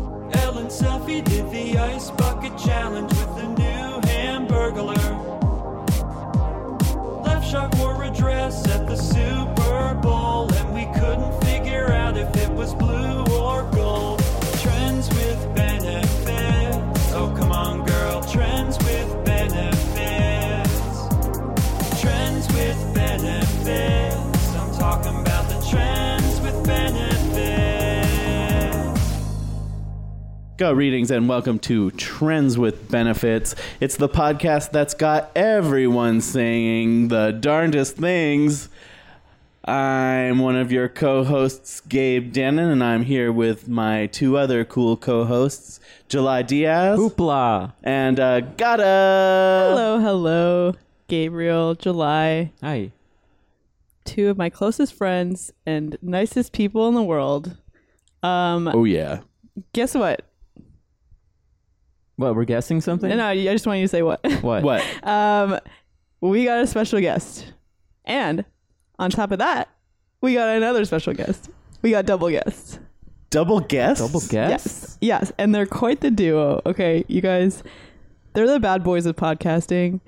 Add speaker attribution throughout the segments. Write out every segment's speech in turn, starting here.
Speaker 1: Island selfie did the ice bucket challenge with the new hamburglar. Left Shark wore a dress at the Super Bowl, and we couldn't figure out if it was blue or gold. Trends with benefits. Oh, come on, girl. Trends with benefits. Trends with benefits. I'm talking about the trends with benefits.
Speaker 2: Go readings and welcome to Trends with Benefits. It's the podcast that's got everyone saying the darndest things. I'm one of your co-hosts, Gabe Dannon, and I'm here with my two other cool co-hosts, July Diaz
Speaker 3: Hoopla.
Speaker 2: and uh, Gata.
Speaker 4: Hello, hello, Gabriel, July,
Speaker 3: Hi.
Speaker 4: two of my closest friends and nicest people in the world. Um,
Speaker 2: Oh yeah,
Speaker 4: guess what?
Speaker 3: What, we're guessing something?
Speaker 4: No, I just want you to say what.
Speaker 3: What?
Speaker 2: what?
Speaker 4: Um, we got a special guest, and on top of that, we got another special guest. We got double guests.
Speaker 2: Double guess?
Speaker 3: Double guess?
Speaker 4: Yes, yes, and they're quite the duo. Okay, you guys, they're the bad boys of podcasting.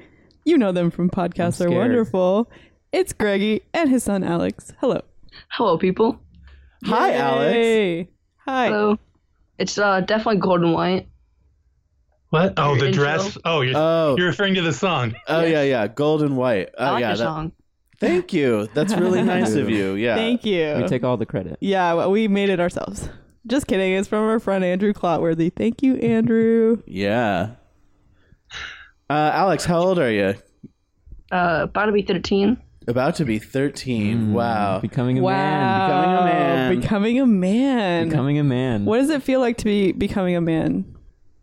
Speaker 4: You know them from podcasts are
Speaker 3: scared.
Speaker 4: wonderful. It's Greggy and his son Alex. Hello.
Speaker 5: Hello, people.
Speaker 2: Hi, Alex.
Speaker 4: Yay. Hi.
Speaker 5: Hello. It's uh, definitely gold and white.
Speaker 6: What? Oh,
Speaker 5: Your
Speaker 6: the
Speaker 5: intro.
Speaker 6: dress. Oh, you're
Speaker 2: Oh,
Speaker 6: you're referring to the song.
Speaker 2: oh yeah, yeah. Gold and white. Oh
Speaker 5: I like
Speaker 2: yeah.
Speaker 5: your
Speaker 2: that-
Speaker 5: song.
Speaker 2: Thank you. That's really nice of you. Yeah.
Speaker 4: Thank you.
Speaker 3: We take all the credit.
Speaker 4: yeah, well, we made it ourselves. Just kidding. It's from our friend Andrew Clotworthy. Thank you, Andrew.
Speaker 2: Yeah. Uh, Alex, how old are you?
Speaker 5: Uh, about to be 13.
Speaker 2: About to be 13. Wow.
Speaker 3: Becoming a man.
Speaker 4: wow.
Speaker 2: becoming a man.
Speaker 4: Becoming a man.
Speaker 3: Becoming a man.
Speaker 4: what does it feel like to be becoming a man?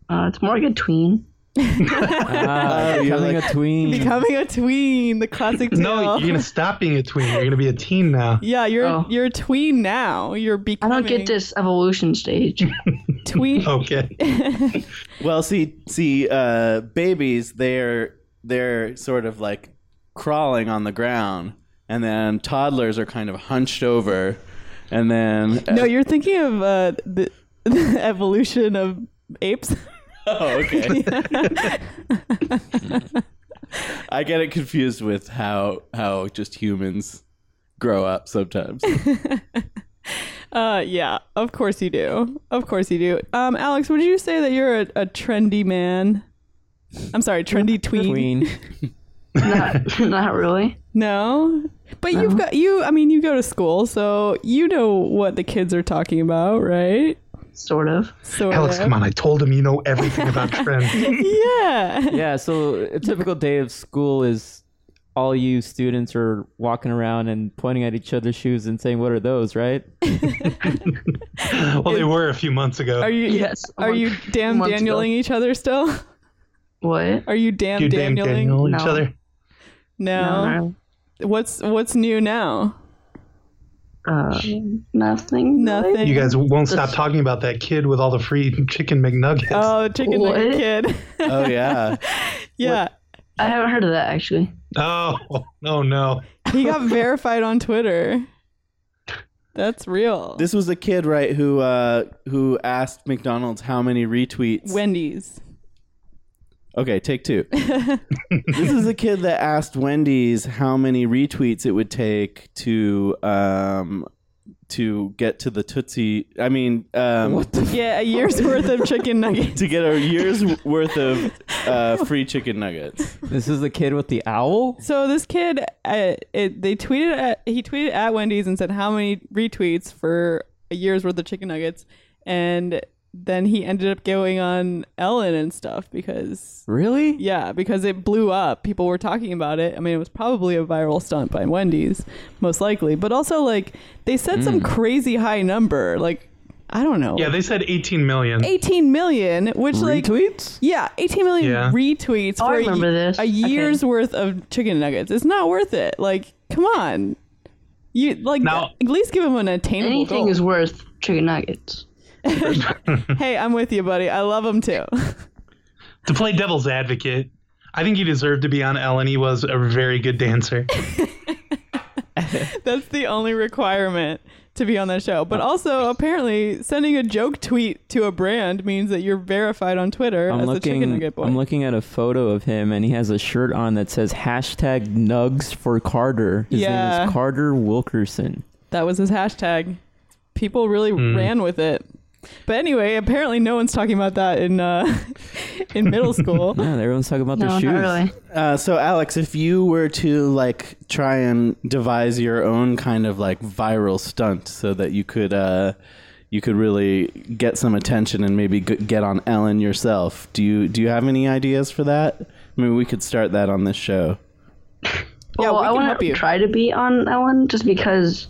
Speaker 5: Uh, it's more like a tween.
Speaker 3: Ah,
Speaker 2: Oh, you're
Speaker 3: becoming
Speaker 2: like-
Speaker 3: a tween.
Speaker 4: Becoming a tween, the classic tale.
Speaker 6: No, you're gonna stop being a tween. You're gonna be a teen now.
Speaker 4: yeah, you're
Speaker 5: Oh.
Speaker 4: you're a tween now. You're
Speaker 5: I
Speaker 4: becoming.
Speaker 5: don't get this evolution stage.
Speaker 4: tween.
Speaker 6: Okay.
Speaker 2: Well, see, see, uh, babies, they're they're sort of like crawling on the ground, and then toddlers are kind of hunched over, and then
Speaker 4: No, you're thinking of uh, the, the evolution of apes.
Speaker 2: oh, okay. I get it confused with how how just humans grow up sometimes.
Speaker 4: Uh, yeah, of course you do. Of course you do. Um, Alex, would you say that you're a, a trendy man? I'm sorry, trendy tween.
Speaker 3: tween.
Speaker 5: not, not really.
Speaker 4: No, but
Speaker 6: Uh-huh.
Speaker 4: you've got you. I mean, you go to school, so you know what the kids are talking about, right?
Speaker 5: Sort of.
Speaker 4: So
Speaker 6: Alex, come on. I told him you know everything about trends.
Speaker 4: Yeah.
Speaker 3: yeah, so a typical day of school is all you students are walking around and pointing at each other's shoes and saying, What are those, right?
Speaker 6: well, they were a few months
Speaker 4: Are
Speaker 6: ago.
Speaker 4: you?
Speaker 5: Yes.
Speaker 4: Are you
Speaker 5: Month-
Speaker 4: damn
Speaker 5: months ago.
Speaker 4: Danieling each other still?
Speaker 5: What?
Speaker 4: Are you damn
Speaker 6: You damn
Speaker 4: Danieling?
Speaker 6: Daniel each
Speaker 5: No.
Speaker 6: other.
Speaker 4: No.
Speaker 5: No,
Speaker 4: What's What's new now?
Speaker 5: no. Uh, nothing. really?
Speaker 4: Nothing.
Speaker 6: You guys won't stop talking about that kid with all the free chicken McNuggets.
Speaker 4: Oh, chicken
Speaker 5: What?
Speaker 4: nugget kid.
Speaker 2: Oh yeah.
Speaker 4: yeah.
Speaker 5: I haven't heard of that actually.
Speaker 6: oh, no, no.
Speaker 4: He got verified on Twitter. That's real.
Speaker 2: This was a kid, right, who uh, who asked McDonald's how many retweets.
Speaker 4: Wendy's.
Speaker 2: okay, take two. this is a kid that asked Wendy's how many retweets it would take to um, to get to the Tootsie. I mean, um,
Speaker 4: Get a year's worth of chicken nuggets.
Speaker 2: to get a year's worth of uh, free chicken nuggets.
Speaker 3: This is the kid with the owl?
Speaker 4: So this kid, uh, it, they tweeted at he tweeted at Wendy's and said how many retweets for a year's worth of chicken nuggets, and then he ended up going on Ellen and stuff because
Speaker 3: Really?
Speaker 4: yeah because it blew up. People were talking about it. I mean, it was probably a viral stunt by Wendy's most likely, but also like they said some crazy high number like. I don't know.
Speaker 6: Yeah, they said 18 million.
Speaker 4: 18 million, which like
Speaker 3: Retweets?
Speaker 4: yeah, 18 million
Speaker 6: Yeah.
Speaker 4: retweets
Speaker 5: Oh,
Speaker 4: for
Speaker 5: I
Speaker 4: a
Speaker 5: remember
Speaker 4: ye-
Speaker 5: this.
Speaker 4: a year's worth of chicken nuggets. It's not worth it. Like, come on. You like
Speaker 6: Now-
Speaker 4: at least give him an attainable
Speaker 5: Anything
Speaker 4: goal.
Speaker 5: is worth chicken nuggets.
Speaker 4: hey, I'm with you, buddy. I love him too.
Speaker 6: To play devil's advocate, I think he deserved to be on Ellen. He was a very good dancer.
Speaker 4: That's the only requirement to be on that show. But also, apparently, sending a joke tweet to a brand means that you're verified on Twitter
Speaker 3: I'm
Speaker 4: as the chicken
Speaker 3: looking.
Speaker 4: nugget boy.
Speaker 3: I'm looking at a photo of him, and he has a shirt on that says hashtag Nugs for Carter. His name
Speaker 4: Yeah.
Speaker 3: is Carter Wilkerson.
Speaker 4: that was his hashtag. People really
Speaker 6: Hmm.
Speaker 4: ran with it. But anyway, apparently, no one's talking about that in uh, in middle school.
Speaker 3: Yeah, everyone's talking about
Speaker 5: No,
Speaker 3: their
Speaker 5: not
Speaker 3: shoes.
Speaker 5: really.
Speaker 2: Uh, so, Alex, if you were to like try and devise your own kind of like viral stunt, so that you could uh, you could really get some attention and maybe g- get on Ellen yourself, do you do you have any ideas for that? Maybe we could start that on this show.
Speaker 4: Yeah,
Speaker 5: well,
Speaker 4: we
Speaker 5: I
Speaker 4: can
Speaker 5: wouldn't
Speaker 4: help you.
Speaker 5: try to be on that one just because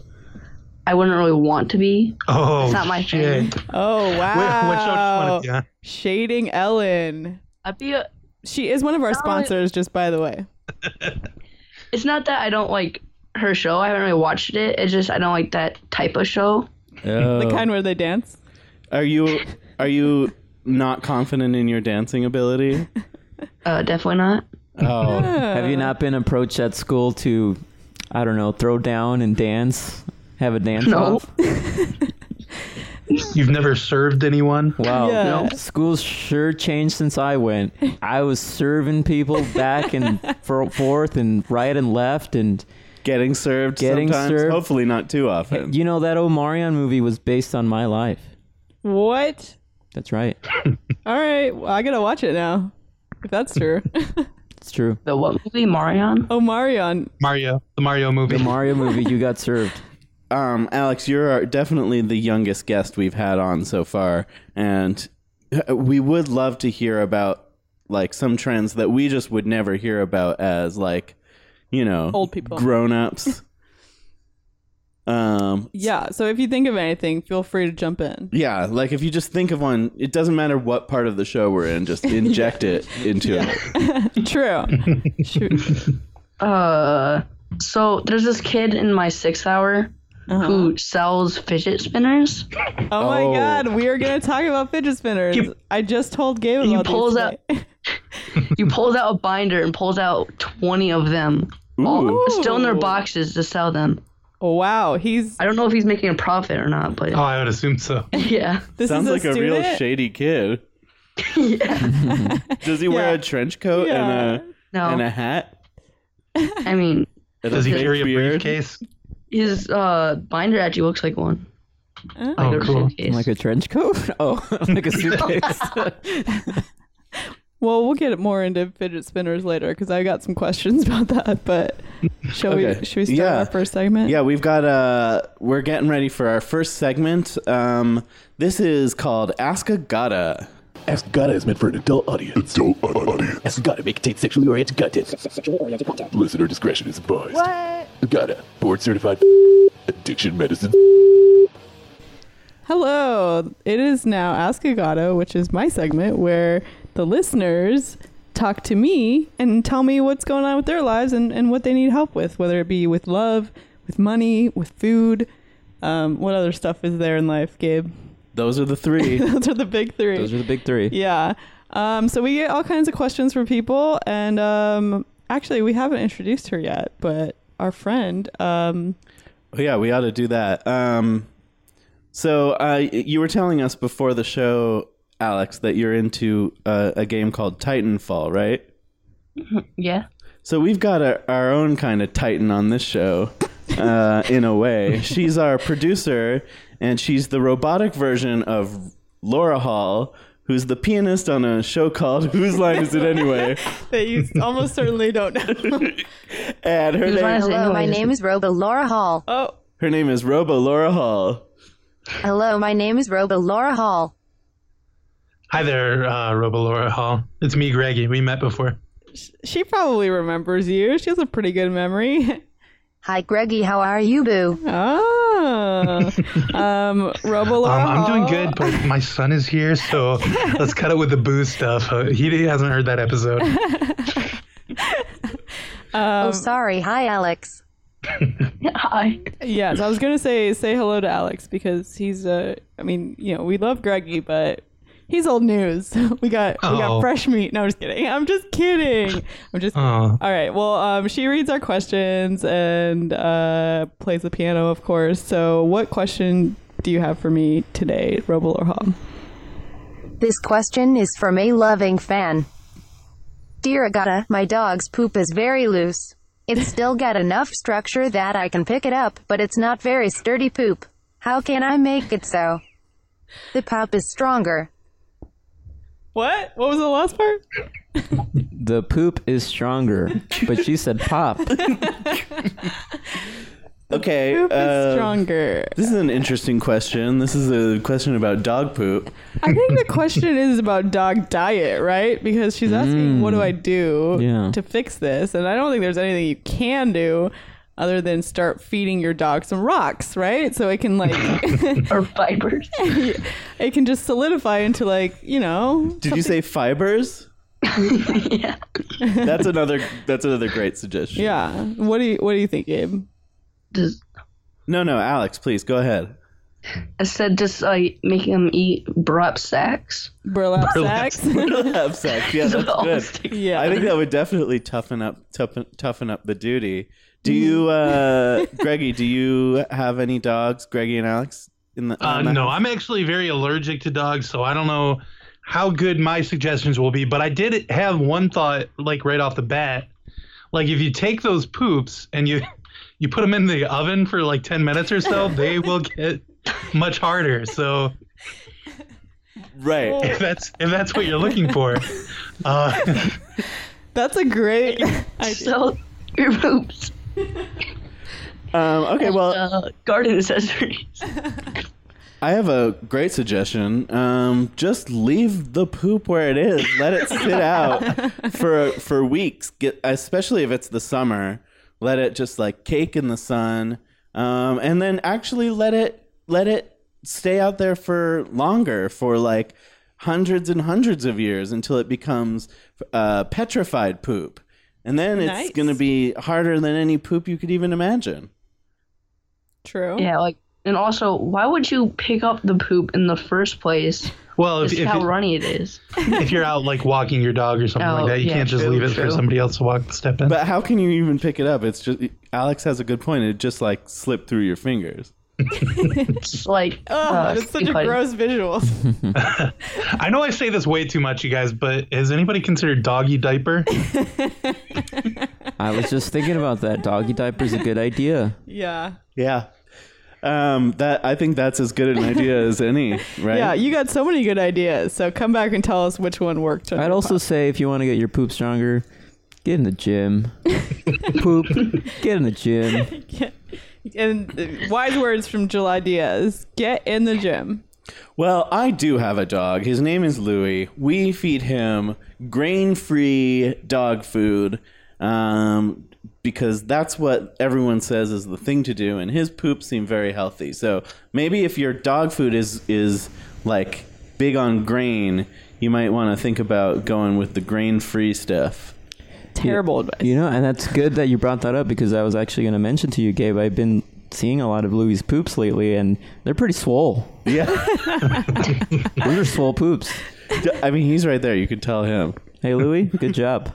Speaker 5: I wouldn't really want to be.
Speaker 6: Oh,
Speaker 5: It's not my
Speaker 6: shit.
Speaker 5: thing.
Speaker 4: Oh
Speaker 6: Wh- Which
Speaker 4: wow!
Speaker 6: one? Yeah.
Speaker 4: Shading Ellen.
Speaker 5: I'd be. A,
Speaker 4: She is one of our sponsors, just by the way.
Speaker 5: it's not that I don't like her show. I haven't really watched it. It's just I don't like that type of show.
Speaker 4: The kind where they dance.
Speaker 2: Are you are you not confident in your dancing ability?
Speaker 5: Uh, definitely not.
Speaker 2: Oh,
Speaker 3: Have you not been approached at school to, I don't know, throw down and dance, have a dance
Speaker 5: No.
Speaker 3: off?
Speaker 6: You've never served anyone.
Speaker 3: Wow,
Speaker 4: Yeah.
Speaker 3: no, schools sure changed since I went. I was serving people back and for, forth and right and left, and
Speaker 2: getting served.
Speaker 3: Getting
Speaker 2: sometimes.
Speaker 3: served.
Speaker 2: Hopefully not too often.
Speaker 3: you know that Omarion movie was based on my life.
Speaker 4: What?
Speaker 3: That's right.
Speaker 4: All right, well, I gotta watch it now. If that's true.
Speaker 3: It's true.
Speaker 5: The what movie? Marion.
Speaker 4: oh, Marion.
Speaker 6: Mario, the Mario movie.
Speaker 3: The Mario movie, you got served.
Speaker 2: um, Alex, you're our- definitely the youngest guest we've had on so far, and uh, we would love to hear about like some trends that we just would never hear about as like you know
Speaker 4: Old people.
Speaker 2: grown ups. um,
Speaker 4: Yeah. So if you think of anything, feel free to jump in.
Speaker 2: yeah, like if you just think of one, it doesn't matter what part of the show we're in, just inject it into it.
Speaker 4: True. Shoot.
Speaker 5: Uh, so there's this kid in my sixth hour who sells fidget spinners.
Speaker 4: Oh my
Speaker 2: Oh.
Speaker 4: God, we are gonna talk about fidget spinners. I just told Gabe about
Speaker 5: he
Speaker 4: these
Speaker 5: pulls
Speaker 4: today.
Speaker 5: He pulls out a binder and pulls out 20 of them,
Speaker 4: Oh,
Speaker 5: all,
Speaker 2: Ooh.
Speaker 5: still in their boxes to sell them.
Speaker 4: Wow, he's
Speaker 5: I don't know if he's making a profit or not, but
Speaker 6: Oh, I would assume so.
Speaker 5: yeah.
Speaker 4: this
Speaker 2: Sounds
Speaker 4: is a
Speaker 2: like a
Speaker 4: student.
Speaker 2: real shady kid. Does he wear
Speaker 4: Yeah. Oh.
Speaker 2: a trench coat and a
Speaker 5: No,
Speaker 2: and uh, a hat?
Speaker 5: I mean
Speaker 2: And
Speaker 6: Does he
Speaker 2: fake
Speaker 6: carry a
Speaker 2: beard?
Speaker 6: briefcase?
Speaker 5: his uh, binder actually looks like one.
Speaker 4: Oh.
Speaker 5: Like a
Speaker 6: Oh, cool.
Speaker 5: suitcase.
Speaker 3: Like a trench coat? Oh, like a suitcase.
Speaker 4: Well, we'll get more into fidget spinners later because I got some questions about that. But shall
Speaker 2: Okay.
Speaker 4: we? Should we start
Speaker 2: Yeah.
Speaker 4: our first segment?
Speaker 2: Yeah, we've got uh we're getting ready for our first segment. Um this is called Ask a Gotta.
Speaker 7: Ask Gotta is meant for an adult audience. Adult audience. Ask Gotta may contain sexually oriented content. Sexually oriented content. Listener discretion is advised. What? Gotta, board certified addiction medicine.
Speaker 4: Hello. It is now Ask a Gato, which is my segment where the listeners talk to me and tell me what's going on with their lives and, and what they need help with, whether it be with love, with money, with food. Um, what other stuff is there in life, Gabe?
Speaker 2: Those are the three.
Speaker 4: Those are the big three.
Speaker 3: Those are the big three.
Speaker 4: yeah. Um, so we get all kinds of questions from people, and um, actually, we haven't introduced her yet, but our friend. Um,
Speaker 2: Oh, yeah, we ought to do that. Um so uh y- you were telling us before the show Alex that you're into uh, a game called Titanfall, right?
Speaker 5: yeah.
Speaker 2: So we've got a, our own kind of titan on this show, uh, in a way. She's our producer, and she's the robotic version of Laura Hall, who's the pianist on a show called Whose Line Is It Anyway?
Speaker 4: that you almost certainly don't know.
Speaker 2: And her
Speaker 5: Whose Line
Speaker 2: name,
Speaker 5: Is It
Speaker 8: Hello, my
Speaker 5: Anyways?
Speaker 8: name is Robo Laura Hall.
Speaker 4: oh,
Speaker 2: her name is Robo Laura Hall.
Speaker 8: Hello, my name is Robo Laura Hall.
Speaker 6: Hi there, uh, Robolora Hall. It's me, Greggy. We met before.
Speaker 4: she probably remembers you. She has a pretty good memory.
Speaker 8: Hi, Greggy, how are you, boo?
Speaker 4: Oh, um, Robolar. uh,
Speaker 6: Um, I'm doing good, but my son is here, so let's cut it with the booze stuff. Uh, he hasn't heard that episode.
Speaker 8: oh, sorry. Hi, Alex.
Speaker 5: Hi.
Speaker 4: Yes, I was gonna say say hello to Alex because he's uh, I mean, you know, we love Greggy, but He's old news. We got we got
Speaker 6: Oh.
Speaker 4: fresh meat. No, I'm just kidding. I'm just kidding. I'm just
Speaker 6: Oh,
Speaker 4: all right. Well, um, she reads our questions and uh, plays the piano, of course. So, what question do you have for me today, Robo or Hall?
Speaker 8: This question is from a loving fan. Dear Agata, my dog's poop is very loose. It's still got enough structure that I can pick it up, but it's not very sturdy poop. How can I make it so? The pup is stronger.
Speaker 4: What? What was the last part?
Speaker 3: The poop is stronger, but she said pop.
Speaker 2: Okay.
Speaker 4: Poop
Speaker 2: uh,
Speaker 4: is stronger.
Speaker 2: This is an interesting question. This is a question about dog poop.
Speaker 4: I think the question is about dog diet, right? Because she's
Speaker 2: Mm.
Speaker 4: asking, what do I do
Speaker 3: Yeah.
Speaker 4: to fix this? And I don't think there's anything you can do other than start feeding your dog some rocks, right? So it can like
Speaker 5: or fibers.
Speaker 4: it can just solidify into like, you know,
Speaker 2: Did you say fibers?
Speaker 5: yeah.
Speaker 2: That's another. That's another great suggestion.
Speaker 4: yeah. What do you what do you think, Gabe?
Speaker 5: Just,
Speaker 2: No, no, Alex, please go ahead.
Speaker 5: I said just like making them eat burlap sacks.
Speaker 4: Burlap sacks?
Speaker 2: Have sex. Yeah,
Speaker 5: They'll all
Speaker 2: that's good.
Speaker 5: stick
Speaker 4: yeah.
Speaker 2: I think that would definitely toughen up toughen, toughen up the duty. Do you, uh, Greggy? Do you have any dogs, Greggy and Alex? In the
Speaker 6: uh,
Speaker 2: in the-
Speaker 6: no, I'm actually very allergic to dogs, so I don't know how good my suggestions will be. But I did have one thought, like right off the bat, like if you take those poops and you you put them in the oven for like 10 minutes or so, they will get much harder. So
Speaker 2: right.
Speaker 6: if that's if that's what you're looking for, uh,
Speaker 4: That's a great idea.
Speaker 5: So your boobs.
Speaker 2: Um, okay. Well,
Speaker 5: Uh, garden accessories.
Speaker 2: I have a great suggestion. Um, just leave the poop where it is. Let it sit out for for weeks. Get, especially if it's the summer. Let it just like cake in the sun, um, and then actually let it let it stay out there for longer for like hundreds and hundreds of years until it becomes uh, petrified poop, and then it's
Speaker 4: Nice.
Speaker 2: going to be harder than any poop you could even imagine.
Speaker 4: True.
Speaker 5: Yeah, like and also why would you pick up the poop in the first place?
Speaker 6: well, if,
Speaker 5: Just
Speaker 6: if,
Speaker 5: how
Speaker 6: you,
Speaker 5: runny it is.
Speaker 6: if you're out like walking your dog or something
Speaker 5: Oh,
Speaker 6: like that, you
Speaker 5: yeah,
Speaker 6: can't just
Speaker 5: true,
Speaker 6: leave it
Speaker 5: true.
Speaker 6: for somebody else to walk step in.
Speaker 2: But how can you even pick it up? It's just Alex has a good point. It just like slipped through your fingers.
Speaker 5: It's like
Speaker 4: Oh,
Speaker 5: uh,
Speaker 4: that's such a
Speaker 5: if I-
Speaker 4: gross visual.
Speaker 6: I know I say this way too much, you guys, but has anybody considered doggy diaper?
Speaker 3: I was just thinking about that. Doggy diaper's a good idea.
Speaker 4: yeah.
Speaker 2: Yeah. Um, that I think that's as good an idea as any, right?
Speaker 4: Yeah, you got so many good ideas. So come back and tell us which one worked. on
Speaker 3: I'd
Speaker 4: your
Speaker 3: also say if you want to get your poop stronger, get in the gym. poop, get in the gym.
Speaker 4: And uh, wise words from July Diaz. Get in the gym.
Speaker 2: Well, I do have a dog. His name is Louie. We feed him grain-free dog food um, because that's what everyone says is the thing to do, and his poops seem very healthy. So maybe if your dog food is is like big on grain, you might want to think about going with the grain-free stuff.
Speaker 4: Terrible advice.
Speaker 3: You know, and that's good that you brought that up because I was actually going to mention to you, Gabe, I've been seeing a lot of Louis' poops lately and they're pretty swole.
Speaker 2: Yeah.
Speaker 3: These are swole poops.
Speaker 2: I mean, he's right there. You can tell him.
Speaker 3: Hey, Louis, good job.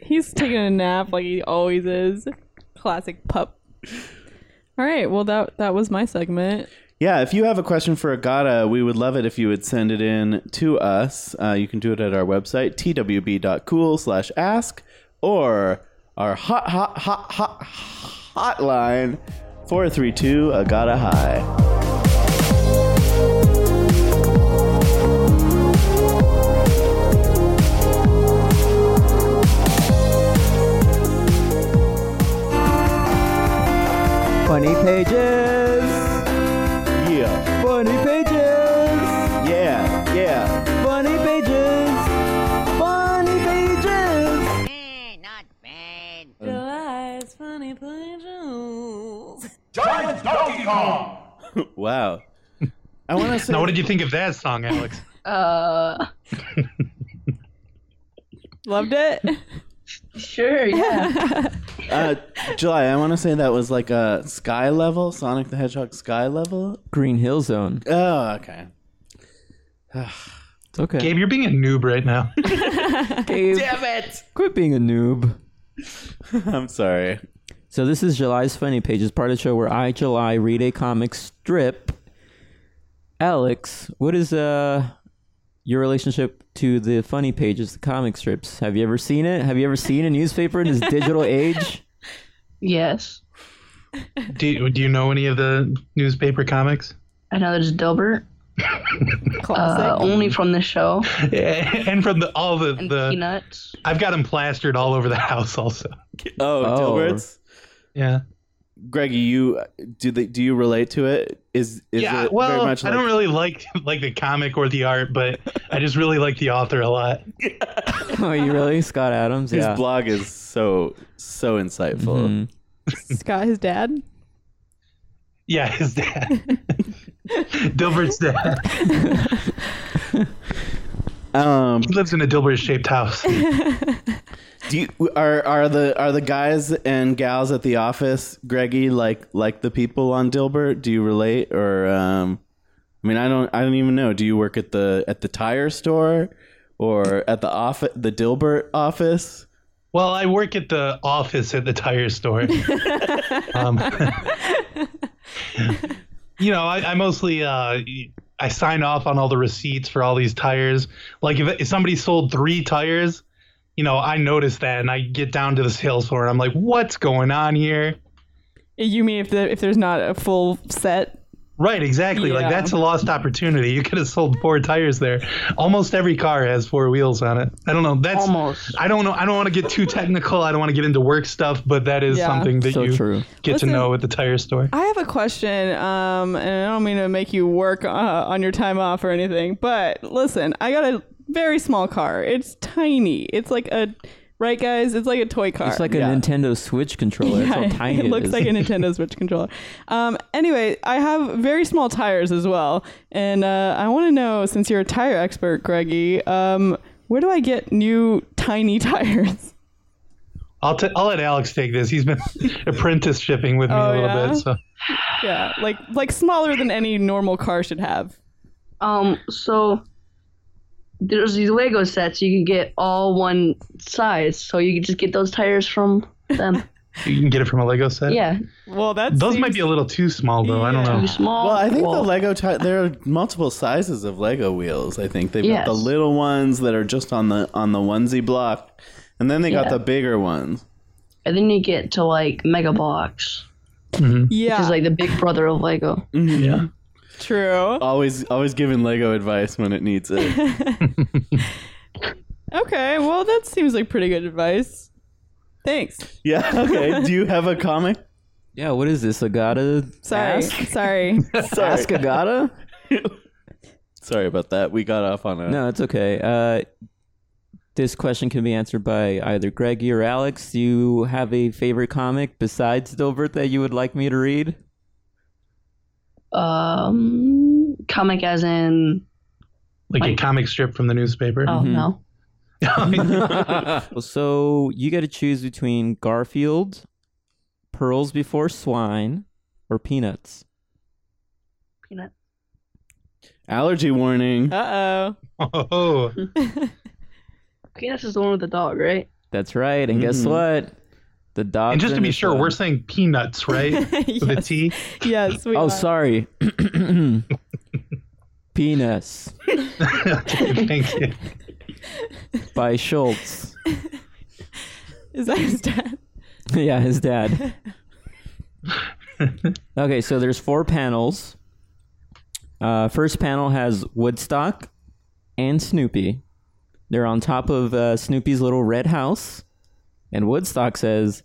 Speaker 4: He's taking a nap like he always is. Classic pup. All right. Well, that that was my segment.
Speaker 2: Yeah, if you have a question for Agata, we would love it if you would send it in to us. Uh, you can do it at our website, twb.cool slash ask, or our hot, hot, hot, hot, hotline, 432 Agata High.
Speaker 3: Funny pages.
Speaker 2: Yeah,
Speaker 3: Funny pages.
Speaker 2: yeah, yeah.
Speaker 3: Funny pages. Funny pages.
Speaker 8: not bad.
Speaker 2: Wow. I want to say.
Speaker 6: now, what did you think of that song, Alex?
Speaker 5: Uh
Speaker 4: Loved it.
Speaker 5: sure, yeah.
Speaker 2: uh, July, I want to say that was like a sky level, Sonic the Hedgehog sky level.
Speaker 3: Green Hill Zone.
Speaker 2: Oh, okay.
Speaker 3: okay.
Speaker 6: Gabe, you're being a noob right now.
Speaker 3: Damn it! Quit being a noob.
Speaker 2: I'm sorry.
Speaker 3: So this is July's Funny Pages, part of the show where I, July, read a comic strip. Alex, what is uh your relationship to the Funny Pages, the comic strips? Have you ever seen it? Have you ever seen a newspaper in this digital age?
Speaker 5: Yes.
Speaker 6: do, you, do you know any of the newspaper comics?
Speaker 5: I know there's Dilbert. Uh,
Speaker 4: Classic.
Speaker 5: only from the show.
Speaker 6: Eh, and from the all the,
Speaker 5: And
Speaker 6: the
Speaker 5: Peanuts.
Speaker 6: I've got them plastered all over the house also.
Speaker 2: Oh,
Speaker 3: Oh.
Speaker 2: Dilbert's.
Speaker 6: Yeah.
Speaker 2: Greggy, you uh, do they, do you relate to it? Is is
Speaker 6: yeah,
Speaker 2: it
Speaker 6: well,
Speaker 2: very much
Speaker 6: I
Speaker 2: like
Speaker 6: don't really like like the comic or the art, but I just really like the author a lot.
Speaker 3: oh, you really, Scott Adams?
Speaker 2: his
Speaker 3: yeah.
Speaker 2: blog is so so insightful.
Speaker 3: Mhm.
Speaker 4: Scott, his dad.
Speaker 6: Yeah, his dad. Dilbert's dad.
Speaker 2: Um,
Speaker 6: He lives in a Dilbert shaped house.
Speaker 2: do you, are are the are the guys and gals at the office, Greggy, like like the people on Dilbert? Do you relate or um, I mean, I don't I don't even know. Do you work at the at the tire store or at the office the Dilbert office?
Speaker 6: Well, I work at the office at the tire store. um, you know, I, I mostly uh, I sign off on all the receipts for all these tires. Like if, if somebody sold three tires, you know, I notice that and I get down to the sales floor and I'm like, what's going on here?
Speaker 4: You mean if the, if there's not a full set?
Speaker 6: Right, exactly. Like
Speaker 4: Yeah.
Speaker 6: that's a lost opportunity. You could have sold four tires there. Almost every car has four wheels on it. I don't know. That's
Speaker 5: Almost.
Speaker 6: I don't know. I don't want to get too technical. I don't want to get into work stuff, but that is
Speaker 4: Yeah.
Speaker 6: something that
Speaker 3: So
Speaker 6: you
Speaker 3: true.
Speaker 6: get
Speaker 4: Listen-
Speaker 6: to know at the tire store.
Speaker 4: I have a question, um, and I don't mean to make you work uh, on your time off or anything, but listen, I got a very small car. It's tiny. It's like a right, guys. It's like a toy car.
Speaker 3: It's like
Speaker 2: Yeah.
Speaker 3: a Nintendo Switch controller. That's how
Speaker 4: Yeah,
Speaker 3: tiny
Speaker 4: it looks
Speaker 3: is.
Speaker 4: like a Nintendo Switch controller. Um, anyway, I have very small tires as well, and uh, I want to know since you're a tire expert, Greggy, um, where do I get new tiny tires?
Speaker 6: I'll t- I'll let Alex take this. He's been apprentice shipping with me
Speaker 4: Oh,
Speaker 6: a little
Speaker 4: yeah?
Speaker 6: bit. So
Speaker 4: yeah, like like smaller than any normal car should have.
Speaker 5: Um, so there's these Lego sets you can get all one size, so you can just get those tires from them.
Speaker 6: you can get it from a Lego set.
Speaker 5: yeah,
Speaker 4: Well, that's
Speaker 6: Those might be a little too small though. I don't
Speaker 5: too
Speaker 6: know.
Speaker 5: small.
Speaker 2: Well, I think
Speaker 5: Well,
Speaker 2: the Lego ti there are multiple sizes of Lego wheels. I think they've got the
Speaker 5: Yes.
Speaker 2: little ones that are just on the on the onesie block, and then they got
Speaker 5: Yeah.
Speaker 2: the bigger ones.
Speaker 5: and then you get to like Mega Box,
Speaker 4: yeah,
Speaker 5: which is like the big brother of Lego.
Speaker 6: Yeah.
Speaker 4: true.
Speaker 2: Always always giving Lego advice when it needs it.
Speaker 4: Okay, well, that seems like pretty good advice. Thanks.
Speaker 2: yeah. Okay. Do you have a comic?
Speaker 3: yeah, what is this? Agata?
Speaker 4: Sorry,
Speaker 3: Ask,
Speaker 4: sorry.
Speaker 2: Sorry.
Speaker 3: ask Agata?
Speaker 2: Sorry about that. We got off on a
Speaker 3: No, it's okay. Uh, this question can be answered by either Greggy or Alex. Do you have a favorite comic besides Dilbert that you would like me to read?
Speaker 5: Um, comic as in
Speaker 6: Like a
Speaker 5: Like-
Speaker 6: comic strip from the newspaper.
Speaker 5: oh no,
Speaker 3: So you got to choose between Garfield, Pearls Before Swine, or Peanuts.
Speaker 5: peanut.
Speaker 2: allergy warning.
Speaker 4: Uh oh.
Speaker 6: oh.
Speaker 5: Okay, this is the one with the dog, right?
Speaker 3: That's right. And guess what? The dog.
Speaker 6: Mm-hmm. And just to be sure, we're saying peanuts, right? With a T.
Speaker 4: Yes. We
Speaker 3: Oh,
Speaker 4: are.
Speaker 3: sorry. Penis
Speaker 6: Thank you.
Speaker 3: by Schultz.
Speaker 4: Is that his dad?
Speaker 3: yeah, his dad. okay, so there's four panels. Uh, first panel has Woodstock and Snoopy. They're on top of uh, Snoopy's little red house, and Woodstock says,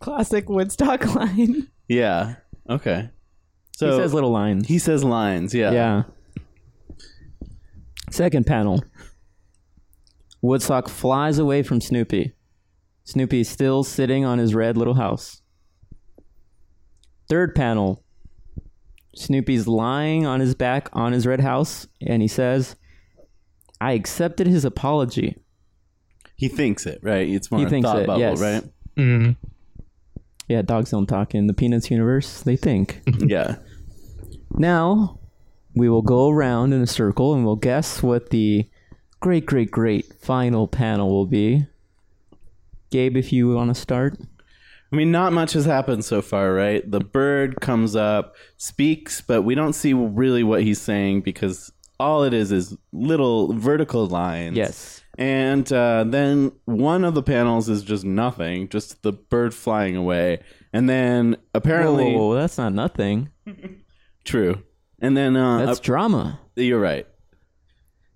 Speaker 4: Classic Woodstock line.
Speaker 2: Yeah. Okay. So
Speaker 3: he says little lines.
Speaker 2: he says lines. Yeah.
Speaker 3: Yeah. Second panel. Woodstock flies away from Snoopy. Snoopy is still sitting on his red little house. Third panel. Snoopy's lying on his back on his red house, and he says, I accepted his apology.
Speaker 2: He thinks it. Right. It's more
Speaker 3: He
Speaker 2: a
Speaker 3: thinks
Speaker 2: thought
Speaker 3: it,
Speaker 2: bubble.
Speaker 3: yes.
Speaker 2: Right.
Speaker 6: Mm.
Speaker 3: Yeah, dogs don't talk in the Peanuts universe. They think.
Speaker 2: Yeah.
Speaker 3: now, we will go around in a circle and we'll guess what the great, great, great final panel will be. Gabe, if you want to start.
Speaker 2: I mean, not much has happened so far, right? The bird comes up, speaks, but we don't see really what he's saying because all it is is little vertical lines. And uh, then one of the panels is just nothing, just the bird flying away. And then
Speaker 3: Whoa,
Speaker 2: apparently.
Speaker 3: whoa, whoa, Oh, that's not nothing.
Speaker 2: True. And then. Uh,
Speaker 3: That's drama.
Speaker 2: You're right.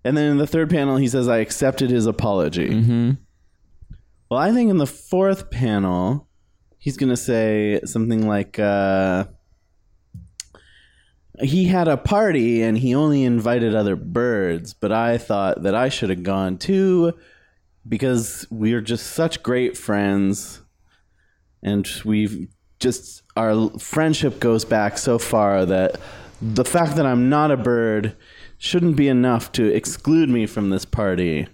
Speaker 2: And then in the third panel, he says, I accepted his apology.
Speaker 3: Mm-hmm.
Speaker 2: Well, I think in the fourth panel, he's going to say something like, uh, he had a party and he only invited other birds, but I thought that I should have gone too because we're just such great friends and we've just our friendship goes back so far that the fact that I'm not a bird shouldn't be enough to exclude me from this party.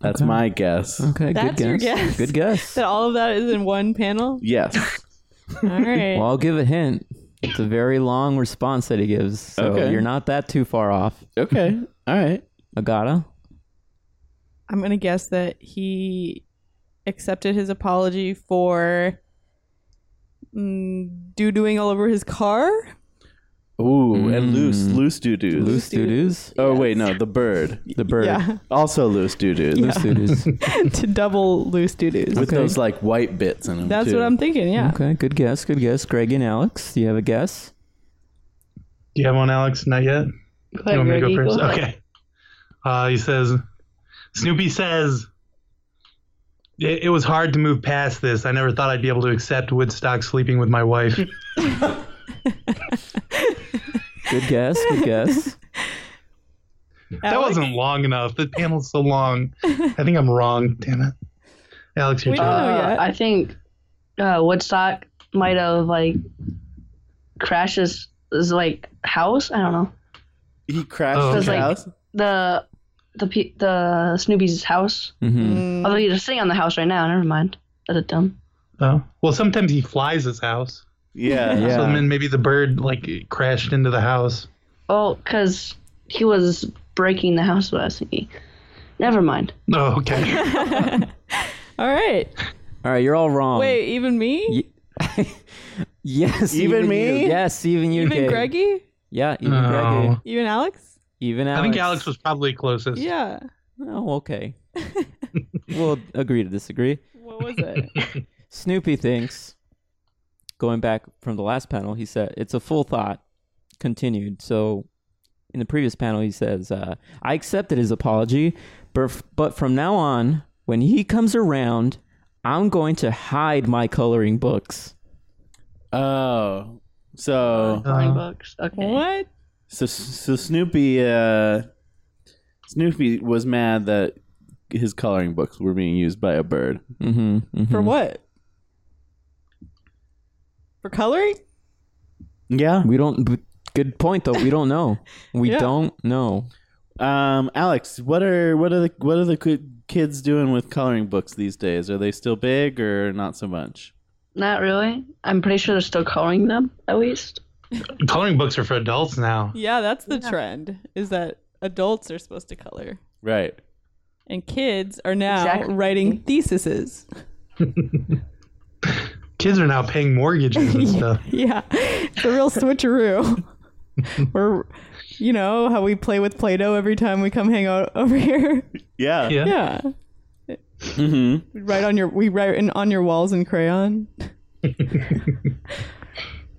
Speaker 2: That's my guess.
Speaker 3: Okay,
Speaker 4: That's
Speaker 3: good
Speaker 4: your
Speaker 3: guess.
Speaker 4: guess.
Speaker 3: Good guess.
Speaker 4: That all of that is in one panel.
Speaker 2: Yes.
Speaker 4: All right.
Speaker 3: Well, I'll give a hint. It's a very long response that he gives, so
Speaker 2: Okay.
Speaker 3: you're not that too far off.
Speaker 2: Okay. All right.
Speaker 3: Agata?
Speaker 4: I'm gonna guess that he accepted his apology for mm, doo dooing all over his car.
Speaker 2: Ooh, and loose,
Speaker 3: Mm.
Speaker 2: loose doo doos.
Speaker 3: Loose doo-doos?
Speaker 2: Oh wait, no, the bird.
Speaker 3: The bird.
Speaker 4: Yeah,
Speaker 2: Also loose doo doos
Speaker 3: Loose doo-doos.
Speaker 4: to double loose doo doos.
Speaker 2: with
Speaker 3: Okay.
Speaker 2: those like white bits in them.
Speaker 4: That's
Speaker 2: too.
Speaker 4: what I'm thinking. Yeah.
Speaker 3: Okay, good guess, good guess. Greg and Alex, do you have a guess?
Speaker 6: Do you have one, Alex? Not
Speaker 5: Go
Speaker 6: yet. You
Speaker 5: ahead,
Speaker 6: want me to
Speaker 5: Greggy,
Speaker 6: go
Speaker 5: go
Speaker 6: first?
Speaker 5: ahead.
Speaker 6: Okay. Uh, he says, Snoopy says, it, it was hard to move past this. I never thought I'd be able to accept Woodstock sleeping with my wife.
Speaker 3: Good guess, good guess.
Speaker 6: that
Speaker 4: Alex?
Speaker 6: wasn't long enough. The panel's so long. I think I'm wrong. Damn it. Alex, your
Speaker 4: We don't
Speaker 6: turn.
Speaker 4: know
Speaker 5: Uh,
Speaker 4: yet.
Speaker 5: I think uh, Woodstock might have like crashed his, his like house. I don't know
Speaker 2: He crashed
Speaker 6: Oh,
Speaker 2: his
Speaker 5: okay.
Speaker 2: house.
Speaker 5: the the pe- the Snoopy's house.
Speaker 3: hmm
Speaker 5: Although he's sitting on the house right now. Never mind. That's a dumb.
Speaker 6: Oh. Well, sometimes he flies his house.
Speaker 2: Yeah.
Speaker 3: Yeah.
Speaker 6: So then maybe the bird like crashed into the house.
Speaker 5: Oh, because he was breaking the house. What I was thinking. Never mind.
Speaker 6: Oh, okay.
Speaker 4: all right.
Speaker 3: All right, you're all wrong.
Speaker 4: Wait, even me?
Speaker 3: Ye- Yes.
Speaker 2: Even me?
Speaker 3: you. Yes, even you.
Speaker 4: even
Speaker 3: Gabe.
Speaker 4: Greggy?
Speaker 3: Yeah, even
Speaker 6: No.
Speaker 3: Greggy.
Speaker 4: Even Alex?
Speaker 3: Even Alex.
Speaker 6: I think Alex was probably closest.
Speaker 4: Yeah.
Speaker 3: Oh, okay. we'll agree to disagree.
Speaker 4: What was it?
Speaker 3: Snoopy thinks, going back from the last panel, he said, it's a full thought, continued. So in the previous panel, he says, uh, I accepted his apology, but, but from now on, when he comes around, I'm going to hide my coloring books.
Speaker 2: Oh. So
Speaker 5: Drawing
Speaker 6: Uh,
Speaker 5: books. Okay.
Speaker 4: what?
Speaker 2: so so Snoopy uh Snoopy was mad that his coloring books were being used by a bird.
Speaker 3: Mm-hmm,
Speaker 4: For what? For coloring?
Speaker 2: Yeah.
Speaker 3: We don't. b- Good point, though. We don't know. We
Speaker 4: Yeah.
Speaker 3: don't know.
Speaker 2: Um Alex, what are what are the what are the ki- kids doing with coloring books these days? Are they still big or not so much?
Speaker 5: Not really. I'm pretty sure they're still calling them at least.
Speaker 6: Coloring books are for adults now.
Speaker 4: Yeah, that's the trend. Is that adults are supposed to color
Speaker 2: Right.
Speaker 4: and kids are now
Speaker 5: Exactly.
Speaker 4: writing theses.
Speaker 6: Kids are now paying mortgages and stuff.
Speaker 4: Yeah. It's a real switcheroo. We're you know how we play with Play-Doh every time we come hang out over here.
Speaker 2: Yeah.
Speaker 6: Yeah.
Speaker 4: Yeah.
Speaker 2: Mhm.
Speaker 6: Mm-hmm.
Speaker 4: We write on your we write in, on your walls in crayon.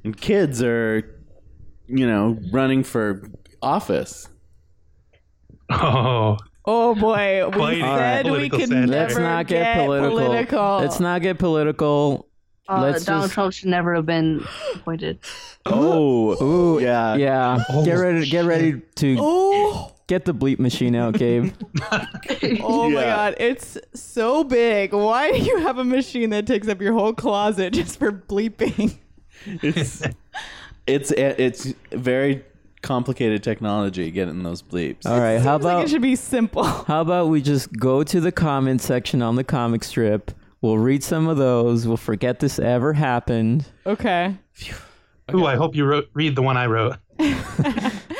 Speaker 2: And kids are you know running for office.
Speaker 6: Oh.
Speaker 4: Oh boy, we
Speaker 6: Quite
Speaker 4: said we
Speaker 6: political
Speaker 4: could
Speaker 6: satire.
Speaker 4: never
Speaker 6: Let's
Speaker 3: Let's not get, political. Let's not get political.
Speaker 5: Uh,
Speaker 3: Let's
Speaker 5: Donald
Speaker 3: just-
Speaker 5: Trump should never have been appointed.
Speaker 2: Oh.
Speaker 3: Ooh,
Speaker 2: yeah.
Speaker 3: Yeah. get ready. Get ready to get the bleep machine out, Gabe.
Speaker 4: Oh my
Speaker 2: Yeah.
Speaker 4: god, it's so big. Why do you have a machine that takes up your whole closet just for bleeping?
Speaker 2: It's it's it's very complicated technology getting those bleeps.
Speaker 6: Uh,
Speaker 3: All right. How
Speaker 4: Seems like
Speaker 3: about
Speaker 4: it should be simple.
Speaker 3: how about we just go to the comment section on the comic strip. We'll read some of those. We'll forget this ever happened.
Speaker 4: Okay.
Speaker 6: Ooh, I hope you wrote, read the one I wrote.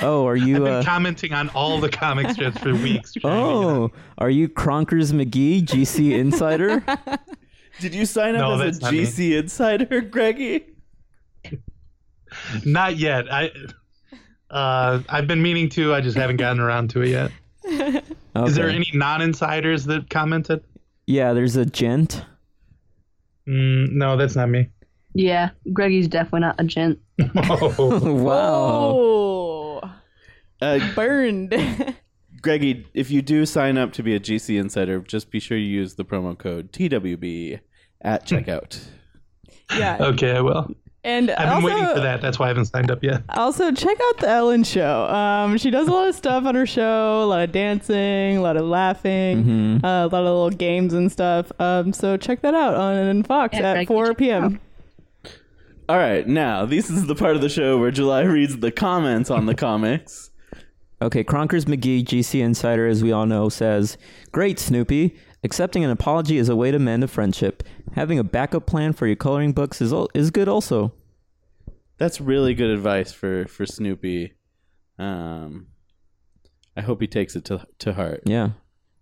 Speaker 3: Oh, are you?
Speaker 6: Been
Speaker 3: Uh,
Speaker 6: commenting on all the comic strips for weeks. trying to get
Speaker 3: oh, are you Cronkers McGee, GC Insider?
Speaker 2: Did you sign
Speaker 6: No,
Speaker 2: up as
Speaker 6: that's
Speaker 2: a
Speaker 6: not me.
Speaker 2: GC insider, Greggy?
Speaker 6: it. Not yet. I. Uh, I've been meaning to. I just haven't gotten around to it yet.
Speaker 3: Okay.
Speaker 6: Is there any non-insiders that commented?
Speaker 3: Yeah, there's a gent.
Speaker 6: Mm, no, that's not me.
Speaker 5: Yeah, Greggy's definitely not a gent.
Speaker 6: Oh,
Speaker 3: wow.
Speaker 4: Oh,
Speaker 2: Uh,
Speaker 4: burned.
Speaker 2: Greggy, if you do sign up to be a GC insider, just be sure you use the promo code TWB at
Speaker 6: Hmm.
Speaker 2: checkout.
Speaker 4: yeah.
Speaker 6: okay, I will.
Speaker 4: And
Speaker 6: I've been
Speaker 4: also,
Speaker 6: waiting for that. That's why I haven't signed up yet.
Speaker 4: Also, check out the Ellen show. Um, she does a lot of stuff on her show, a lot of dancing, a lot of laughing, uh, a lot of little games and stuff. Um, so check that out on Fox
Speaker 5: Yeah,
Speaker 4: at
Speaker 5: Greg,
Speaker 4: 4
Speaker 5: check it
Speaker 4: p.m.
Speaker 2: All right, now this is the part of the show where July reads the comments on the comics.
Speaker 3: Okay, Cronkers McGee, GC Insider, as we all know, says, Great, Snoopy. Accepting an apology is a way to mend a friendship. Having a backup plan for your coloring books is, al- is good also.
Speaker 2: That's really good advice for for Snoopy. Um, I hope he takes it to to heart.
Speaker 3: Yeah.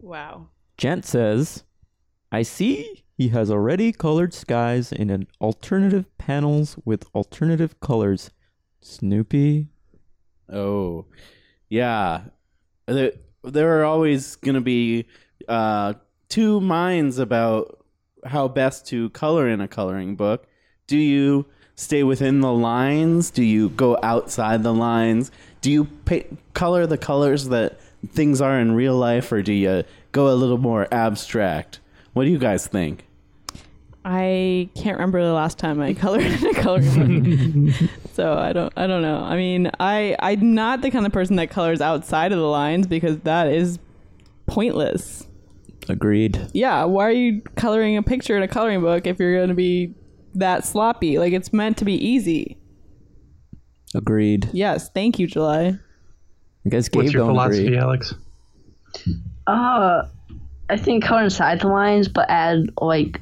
Speaker 4: Wow.
Speaker 3: Gent says, I see he has already colored skies in an alternative panels with alternative colors. Snoopy.
Speaker 2: Oh, yeah. There, there are always going to be uh, two minds about how best to color in a coloring book. Do you stay within the lines? Do you go outside the lines? Do you pa color the colors that things are in real life, or do you go a little more abstract? What do you guys think?
Speaker 4: I can't remember the last time I colored in a coloring book. so I don't I don't know. I mean, I I'm not the kind of person that colors outside of the lines because that is pointless.
Speaker 3: Agreed.
Speaker 4: Yeah, why are you coloring a picture in a coloring book if you're going to be that sloppy? Like it's meant to be easy.
Speaker 3: Agreed.
Speaker 4: Yes, thank you, July.
Speaker 3: I guess Gabe
Speaker 6: What's your
Speaker 3: don't
Speaker 6: philosophy,
Speaker 3: agree.
Speaker 6: Alex?
Speaker 5: Uh, I think color inside the lines, but add like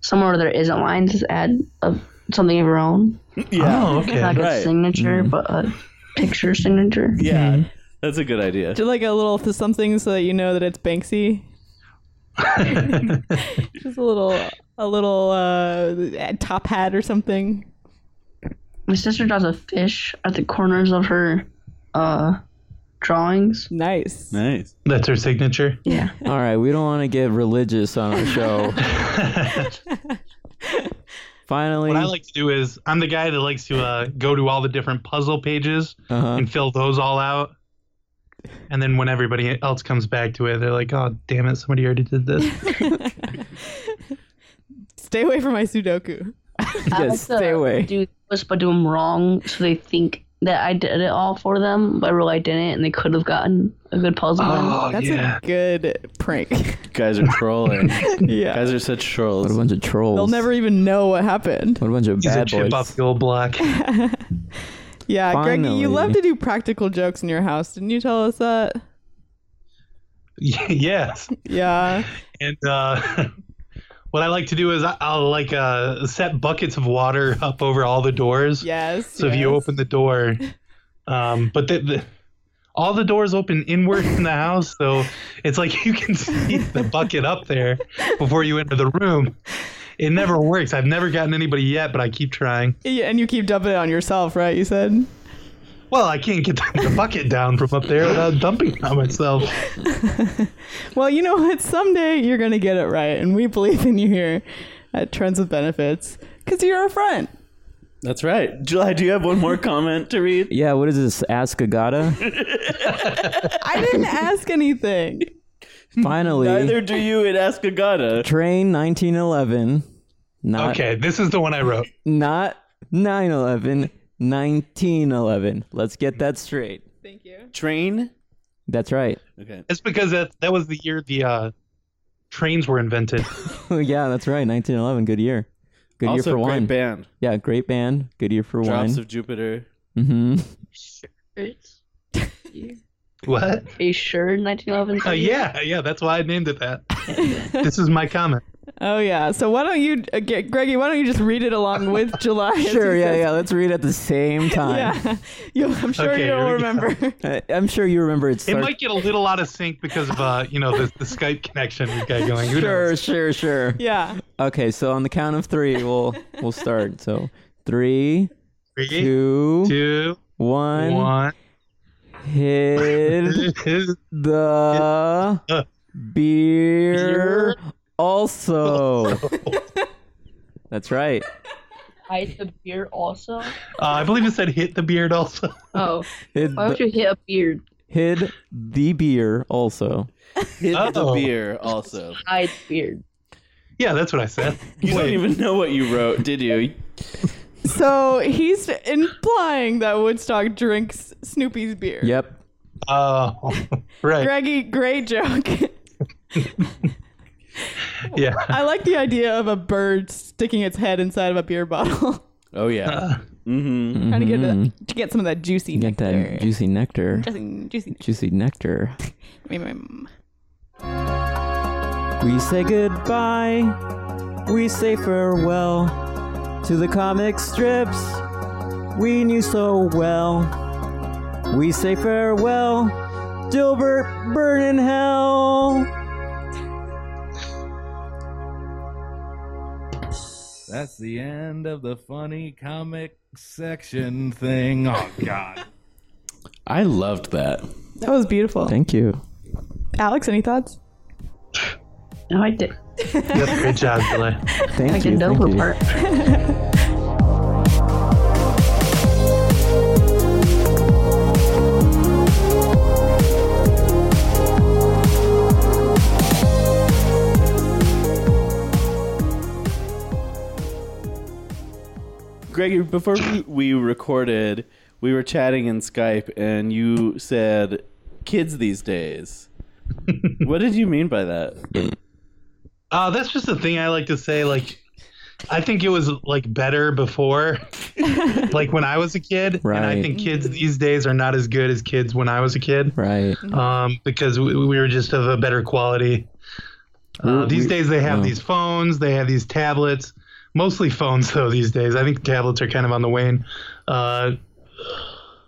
Speaker 5: somewhere where there isn't lines, just add a, something of your own,
Speaker 6: Oh,
Speaker 5: like
Speaker 6: okay. Mm.
Speaker 5: a
Speaker 2: Right.
Speaker 5: signature, but a picture signature.
Speaker 2: Yeah, that's a good idea.
Speaker 4: Do like a little to something so that you know that it's Banksy. Just a little a little uh, top hat or something.
Speaker 5: My sister draws a fish at the corners of her uh drawings.
Speaker 4: Nice.
Speaker 2: Nice.
Speaker 6: That's her signature.
Speaker 5: Yeah.
Speaker 3: All right, we don't want to get religious on our show. Finally,
Speaker 6: What I like to do is I'm the guy that likes to uh, go to all the different puzzle pages
Speaker 3: Uh-huh.
Speaker 6: and fill those all out. And then when everybody else comes back to it, they're like, "Oh, damn it! Somebody already did this."
Speaker 4: Stay away from my Sudoku.
Speaker 5: I
Speaker 3: yes, stay
Speaker 5: to
Speaker 3: away.
Speaker 5: Do this, but do them wrong, so they think that I did it all for them, but really I didn't, and they could have gotten a good puzzle.
Speaker 6: oh
Speaker 4: That's
Speaker 6: yeah.
Speaker 4: a good prank.
Speaker 2: You guys are trolling. you
Speaker 4: yeah.
Speaker 2: guys are such
Speaker 3: what a
Speaker 2: trolls.
Speaker 3: bunch of trolls.
Speaker 4: They'll never even know what happened.
Speaker 3: What a bunch of
Speaker 6: He's a
Speaker 3: bad
Speaker 6: chip
Speaker 3: boys.
Speaker 6: off the old block.
Speaker 4: Yeah, Greggy,
Speaker 3: Finally.
Speaker 4: you love to do practical jokes in your house. Didn't you tell us that?
Speaker 6: yes.
Speaker 4: Yeah.
Speaker 6: And uh, what I like to do is I- I'll like uh, set buckets of water up over all the doors.
Speaker 4: Yes.
Speaker 6: So if you
Speaker 4: yes.
Speaker 6: open the door, um, but the, the all the doors open inward in the house, so it's like you can see the bucket up there before you enter the room. It never works. I've never gotten anybody yet, but I keep trying.
Speaker 4: Yeah, and you keep dumping it on yourself, right? You said.
Speaker 6: Well, I can't get the, the bucket down from up there without dumping it on myself.
Speaker 4: Well, you know what? Someday you're gonna get it right, and we believe in you here at Trends with Benefits because you're our friend.
Speaker 2: That's right. July, do you have one more comment to read?
Speaker 3: Yeah, what is this? Askagata?
Speaker 4: I didn't ask anything.
Speaker 3: Finally,
Speaker 2: Neither do you in Askagata.
Speaker 3: Train 1911. Not,
Speaker 6: Okay, this is the one I wrote.
Speaker 3: Not 911, 1911. Let's get that straight.
Speaker 4: Thank you.
Speaker 2: Train?
Speaker 3: That's right.
Speaker 2: Okay.
Speaker 6: It's because that that was the year the uh, trains were invented.
Speaker 3: Oh, yeah, that's right. 1911. Good year. Good year
Speaker 2: also,
Speaker 3: for
Speaker 2: great
Speaker 3: wine.
Speaker 2: band.
Speaker 3: Yeah, great band. Good year for
Speaker 2: Drops
Speaker 3: wine.
Speaker 2: of Jupiter.
Speaker 3: hmm
Speaker 6: What?
Speaker 5: Are you sure? Nineteen eleven.
Speaker 6: Oh, Uh, yeah, yeah. That's why I named it that. this is my comment.
Speaker 4: Oh yeah. So why don't you, uh, Ge- Greggy? Why don't you just read it along with July? as he
Speaker 3: Sure, yeah,
Speaker 4: says-
Speaker 3: yeah. Let's read at the same time.
Speaker 4: yeah. You'll, I'm sure
Speaker 6: Okay,
Speaker 4: you'll
Speaker 6: here we go.
Speaker 4: remember.
Speaker 3: I- I'm sure you remember it.
Speaker 6: It
Speaker 3: Start-
Speaker 6: might get a little out of sync because of uh, you know, the, the Skype connection we've got going. Who
Speaker 3: sure,
Speaker 6: knows?
Speaker 3: sure, sure.
Speaker 4: yeah.
Speaker 3: Okay, so on the count of three, we'll we'll start. So three,
Speaker 6: Three,
Speaker 3: two,
Speaker 6: two,
Speaker 3: one.
Speaker 6: one. Uh,
Speaker 3: Hit the beer. Also, that's right.
Speaker 5: Hide the beard also.
Speaker 6: Uh, I believe it said hit the beard also.
Speaker 5: Oh,
Speaker 3: Hid
Speaker 5: why would
Speaker 3: the,
Speaker 5: you hit a beard?
Speaker 3: hid the beer. Also,
Speaker 2: Hit the
Speaker 6: Oh.
Speaker 2: beer also.
Speaker 5: Hide beard.
Speaker 6: Yeah, that's what I said.
Speaker 2: You
Speaker 6: Wait.
Speaker 2: don't even know what you wrote, did you?
Speaker 4: So he's implying that Woodstock drinks Snoopy's beer.
Speaker 3: yep.
Speaker 6: Oh, right.
Speaker 4: Greggy, great joke.
Speaker 6: Yeah.
Speaker 4: I like the idea of a bird sticking its head inside of a beer bottle,
Speaker 2: Oh yeah.
Speaker 4: trying to get to, to get some of that juicy
Speaker 3: Mm-hmm. Get that
Speaker 4: nectar.
Speaker 3: juicy nectar.
Speaker 4: Juicy, juicy.
Speaker 3: Juicy nectar.
Speaker 4: Mm.
Speaker 3: We say goodbye, we say farewell to the comic strips we knew so well. We say farewell, Dilbert, burn in hell.
Speaker 9: That's the end of the funny comic section thing. Oh God.
Speaker 2: I loved that.
Speaker 4: That was beautiful.
Speaker 3: Thank you.
Speaker 4: Alex, any thoughts?
Speaker 5: I liked it.
Speaker 6: That's a great job, Julie.
Speaker 3: Thank
Speaker 5: Like
Speaker 3: you.
Speaker 5: a
Speaker 3: Thank
Speaker 5: Dover
Speaker 3: you.
Speaker 5: part.
Speaker 2: Gregory, before we, we recorded, we were chatting in Skype, and you said "kids these days." what did you mean by that?
Speaker 6: Uh, that's just the thing I like to say. Like, I think it was like better before, like when I was a kid. And I
Speaker 3: Right.
Speaker 6: think kids these days are not as good as kids when I was a kid,
Speaker 3: Right.
Speaker 5: Mm-hmm.
Speaker 6: um, because we, we were just of a better quality. Uh,
Speaker 3: We're-
Speaker 6: these
Speaker 3: we-
Speaker 6: days they have
Speaker 3: yeah.
Speaker 6: these phones, they have these tablets, mostly phones though. These days, I think tablets are kind of on the wane. Uh,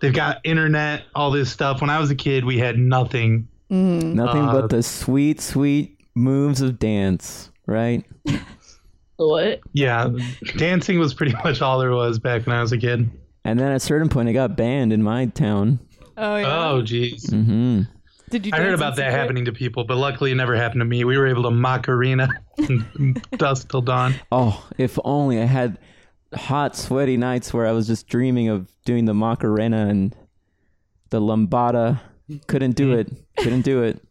Speaker 6: they've got internet, all this stuff. When I was a kid, we had nothing.
Speaker 3: Nothing
Speaker 6: Uh,
Speaker 3: but the sweet, sweet moves of dance. Right.
Speaker 5: What?
Speaker 6: Yeah, dancing was pretty much all there was back when I was a kid.
Speaker 3: And then at a certain point, it got banned in my town.
Speaker 4: Oh yeah.
Speaker 6: Oh, jeez.
Speaker 3: hmm
Speaker 4: Did you?
Speaker 6: I heard
Speaker 4: dance in
Speaker 6: about that
Speaker 4: secret?
Speaker 6: happening to people, but luckily it never happened to me. We were able to macarena and dusk till dawn.
Speaker 3: Oh, if only I had hot, sweaty nights where I was just dreaming of doing the Macarena and the Lombada. Couldn't do it. Couldn't do it.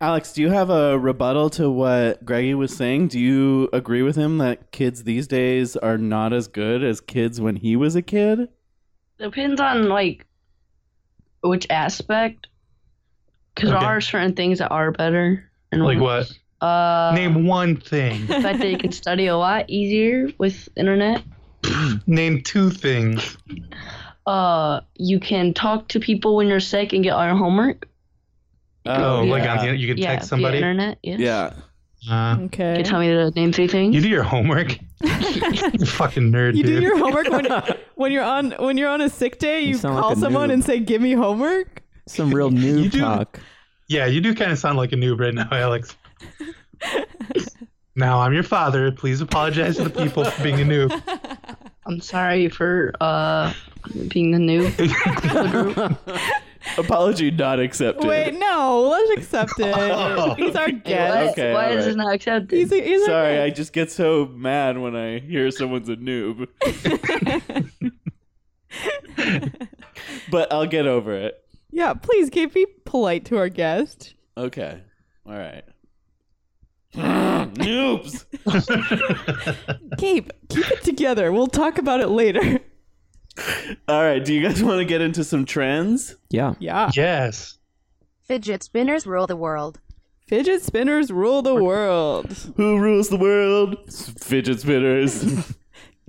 Speaker 2: Alex, do you have a rebuttal to what Greggy was saying? Do you agree with him that kids these days are not as good as kids when he was a kid?
Speaker 5: Depends on like which aspect. Because
Speaker 6: Okay.
Speaker 5: there are certain things that are better. And
Speaker 6: Like what?
Speaker 5: Uh,
Speaker 6: Name one thing.
Speaker 5: the fact that you can study a lot easier with internet.
Speaker 6: Name two things.
Speaker 5: Uh, you can talk to people when you're sick and get all your homework.
Speaker 6: Oh, like
Speaker 2: yeah.
Speaker 6: on the, you can
Speaker 5: yeah,
Speaker 6: text somebody.
Speaker 5: via internet. Yes.
Speaker 2: yeah.
Speaker 6: Uh,
Speaker 5: You
Speaker 4: Okay.
Speaker 5: can tell me to name three things.
Speaker 6: you do your homework. you fucking nerd,
Speaker 4: You
Speaker 6: dude.
Speaker 4: do your homework when, when you're on when you're on a sick day. You,
Speaker 3: sound
Speaker 4: call
Speaker 3: like a
Speaker 4: someone
Speaker 3: noob.
Speaker 4: and say, "Give me homework."
Speaker 3: Some real new
Speaker 6: do-
Speaker 3: talk.
Speaker 6: yeah, you do kind of sound like a noob right now, Alex. now I'm your father. Please apologize to the people for being a noob.
Speaker 5: I'm sorry for uh being the new.
Speaker 2: Apology not accepted.
Speaker 4: Wait, no, let's accept it.
Speaker 6: Oh.
Speaker 4: He's our guest.
Speaker 2: Okay,
Speaker 5: Why
Speaker 2: all
Speaker 5: is
Speaker 2: right.
Speaker 5: it not accepted?
Speaker 4: He's, a, he's
Speaker 2: Sorry,
Speaker 4: Our
Speaker 2: I just get so mad when I hear someone's a noob. but I'll get over it.
Speaker 4: yeah, please can be polite to our guest.
Speaker 2: Okay. All right. Noobs.
Speaker 4: Gabe, keep it together. We'll talk about it later.
Speaker 2: All right. Do you guys want to get into some trends?
Speaker 3: Yeah.
Speaker 4: Yeah,
Speaker 6: Yes.
Speaker 8: Fidget spinners rule the world.
Speaker 4: fidget spinners rule the world.
Speaker 2: Who rules the world? S- Fidget spinners.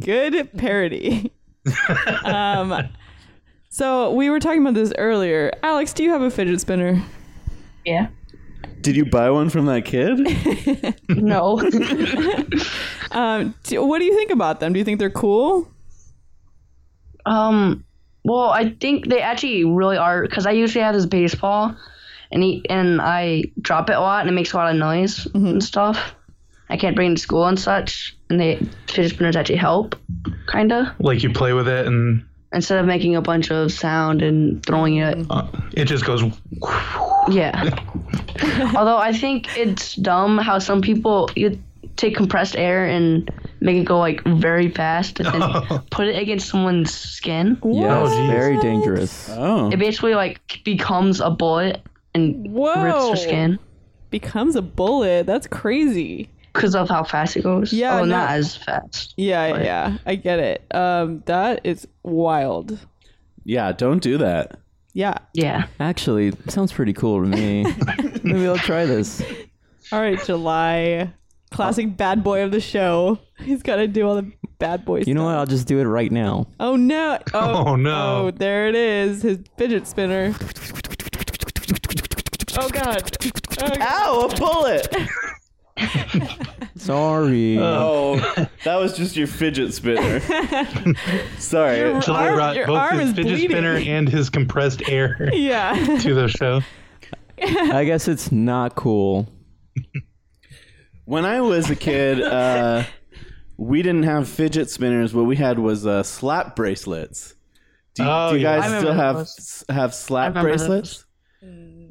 Speaker 4: Good parody. um, so we were talking about this earlier. Alex, do you have a fidget spinner?
Speaker 5: yeah.
Speaker 2: Did you buy one from that kid?
Speaker 5: No.
Speaker 4: Um, do, what do you think about them? Do you think they're cool?
Speaker 5: Um, well, I think they actually really are because I usually have this baseball, and he, and I drop it a lot, and it makes a lot of noise and stuff. I can't bring it to school and such, and they fidget spinners actually help, kinda.
Speaker 6: Like you play with it and
Speaker 5: Instead of making a bunch of sound and throwing it,
Speaker 6: uh, it just goes.
Speaker 4: Oh,
Speaker 5: yeah. Although I think it's dumb how some people you take compressed air and make it go like very fast and then put it against someone's skin.
Speaker 3: Yeah,
Speaker 6: Oh,
Speaker 3: it's
Speaker 6: geez.
Speaker 3: very dangerous.
Speaker 2: Oh.
Speaker 5: It basically like becomes a bullet and rips
Speaker 4: Whoa.
Speaker 5: her skin
Speaker 4: Becomes a bullet. That's crazy.
Speaker 5: because of how fast it goes.
Speaker 4: Yeah,
Speaker 5: oh,
Speaker 4: no.
Speaker 5: not as fast.
Speaker 4: Yeah,
Speaker 5: Right.
Speaker 4: yeah. I get it. Um, that is wild.
Speaker 2: Yeah, don't do that.
Speaker 4: Yeah.
Speaker 5: Yeah,
Speaker 3: Actually, sounds pretty cool to me. Maybe I'll try this.
Speaker 4: All right, July. Classic bad boy of the show. He's got to do all the bad boy
Speaker 3: You know what?
Speaker 4: stuff.
Speaker 3: I'll just do it right now.
Speaker 4: Oh, no. Oh,
Speaker 6: Oh
Speaker 4: oh,
Speaker 6: no!
Speaker 4: there it is. His fidget spinner. Oh, God. Oh, God.
Speaker 2: Ow, a bullet!
Speaker 3: Sorry.
Speaker 6: Uh.
Speaker 2: Oh, that was just your fidget spinner. Sorry.
Speaker 6: July
Speaker 4: arm-
Speaker 6: brought
Speaker 4: Oh, your
Speaker 6: both
Speaker 4: arm
Speaker 6: his
Speaker 4: is
Speaker 6: fidget
Speaker 4: bleeding.
Speaker 6: spinner and his compressed air
Speaker 4: Yeah.
Speaker 6: to the show.
Speaker 3: I guess it's not cool.
Speaker 2: When I was a kid, uh, we didn't have fidget spinners. What we had was uh, slap bracelets. Do, you-
Speaker 6: Oh,
Speaker 2: do you
Speaker 6: yeah. I
Speaker 2: guys still
Speaker 5: remember
Speaker 2: have
Speaker 5: those.
Speaker 2: s- have slap
Speaker 5: remember
Speaker 2: bracelets?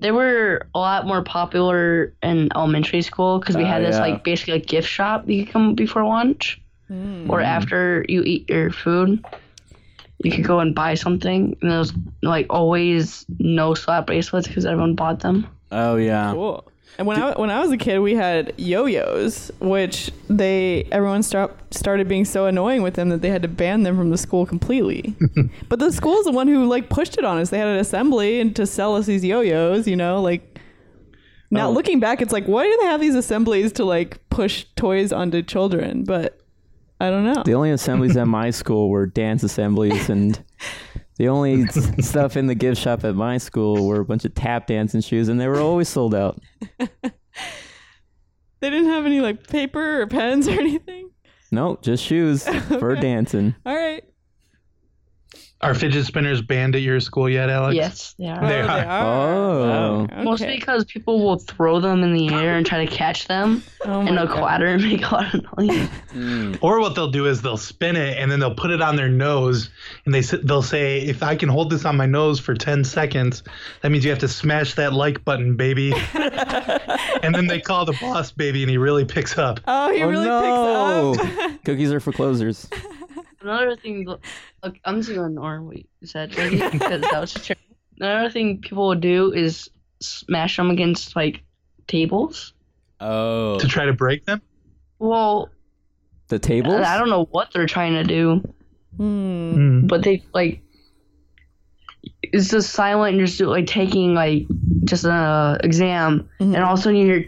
Speaker 5: they were a lot more popular in elementary school because we had
Speaker 2: Oh,
Speaker 5: this
Speaker 2: yeah.
Speaker 5: like basically a gift shop you could come before lunch
Speaker 4: Hmm.
Speaker 5: or after you eat your food. You could go and buy something, and there was like always no slap bracelets because everyone bought them.
Speaker 2: Oh yeah.
Speaker 4: Cool. And when I when I was a kid, we had yo-yos, which they everyone stopped started being so annoying with them that they had to ban them from the school completely. but the school's the one who like pushed it on us. They had an assembly and to sell us these yo-yos, you know, like. Now
Speaker 2: Oh.
Speaker 4: looking back, it's like why do they have these assemblies to like push toys onto children? But I don't know.
Speaker 3: The only assemblies at my school were dance assemblies, and the only s- stuff in the gift shop at my school were a bunch of tap dancing shoes, and they were always sold out.
Speaker 4: They didn't have any like paper or pens or anything.
Speaker 3: No, just shoes for dancing.
Speaker 4: All right.
Speaker 6: Are fidget spinners banned at your school yet, Alex?
Speaker 5: Yes, they are.
Speaker 6: They
Speaker 4: Oh,
Speaker 6: are.
Speaker 3: Oh,
Speaker 4: Ah, Okay.
Speaker 5: Mostly because people will throw them in the air and try to catch them,
Speaker 4: Oh
Speaker 5: and
Speaker 4: my
Speaker 5: they'll
Speaker 4: God.
Speaker 5: clatter and make a lot of noise.
Speaker 6: Or what they'll do is they'll spin it and then they'll put it on their nose and they s- they'll say, "If I can hold this on my nose for ten seconds, that means you have to smash that like button, baby." and then they call the boss, baby, and he really picks up.
Speaker 4: Oh, he
Speaker 3: oh
Speaker 4: really
Speaker 3: no!
Speaker 4: picks up.
Speaker 3: Cookies are for closers.
Speaker 5: Another thing, look, I'm just going or wait, is that ready? Because that was terrible. Another thing people will do is smash them against like tables.
Speaker 2: Oh.
Speaker 6: To try to break them?
Speaker 5: Well,
Speaker 3: The tables.
Speaker 5: I don't know what they're trying to do,
Speaker 4: Hmm.
Speaker 5: but they like it's just silent and you're still like taking like just an uh, exam,
Speaker 4: Mm-hmm.
Speaker 5: and all of a sudden you're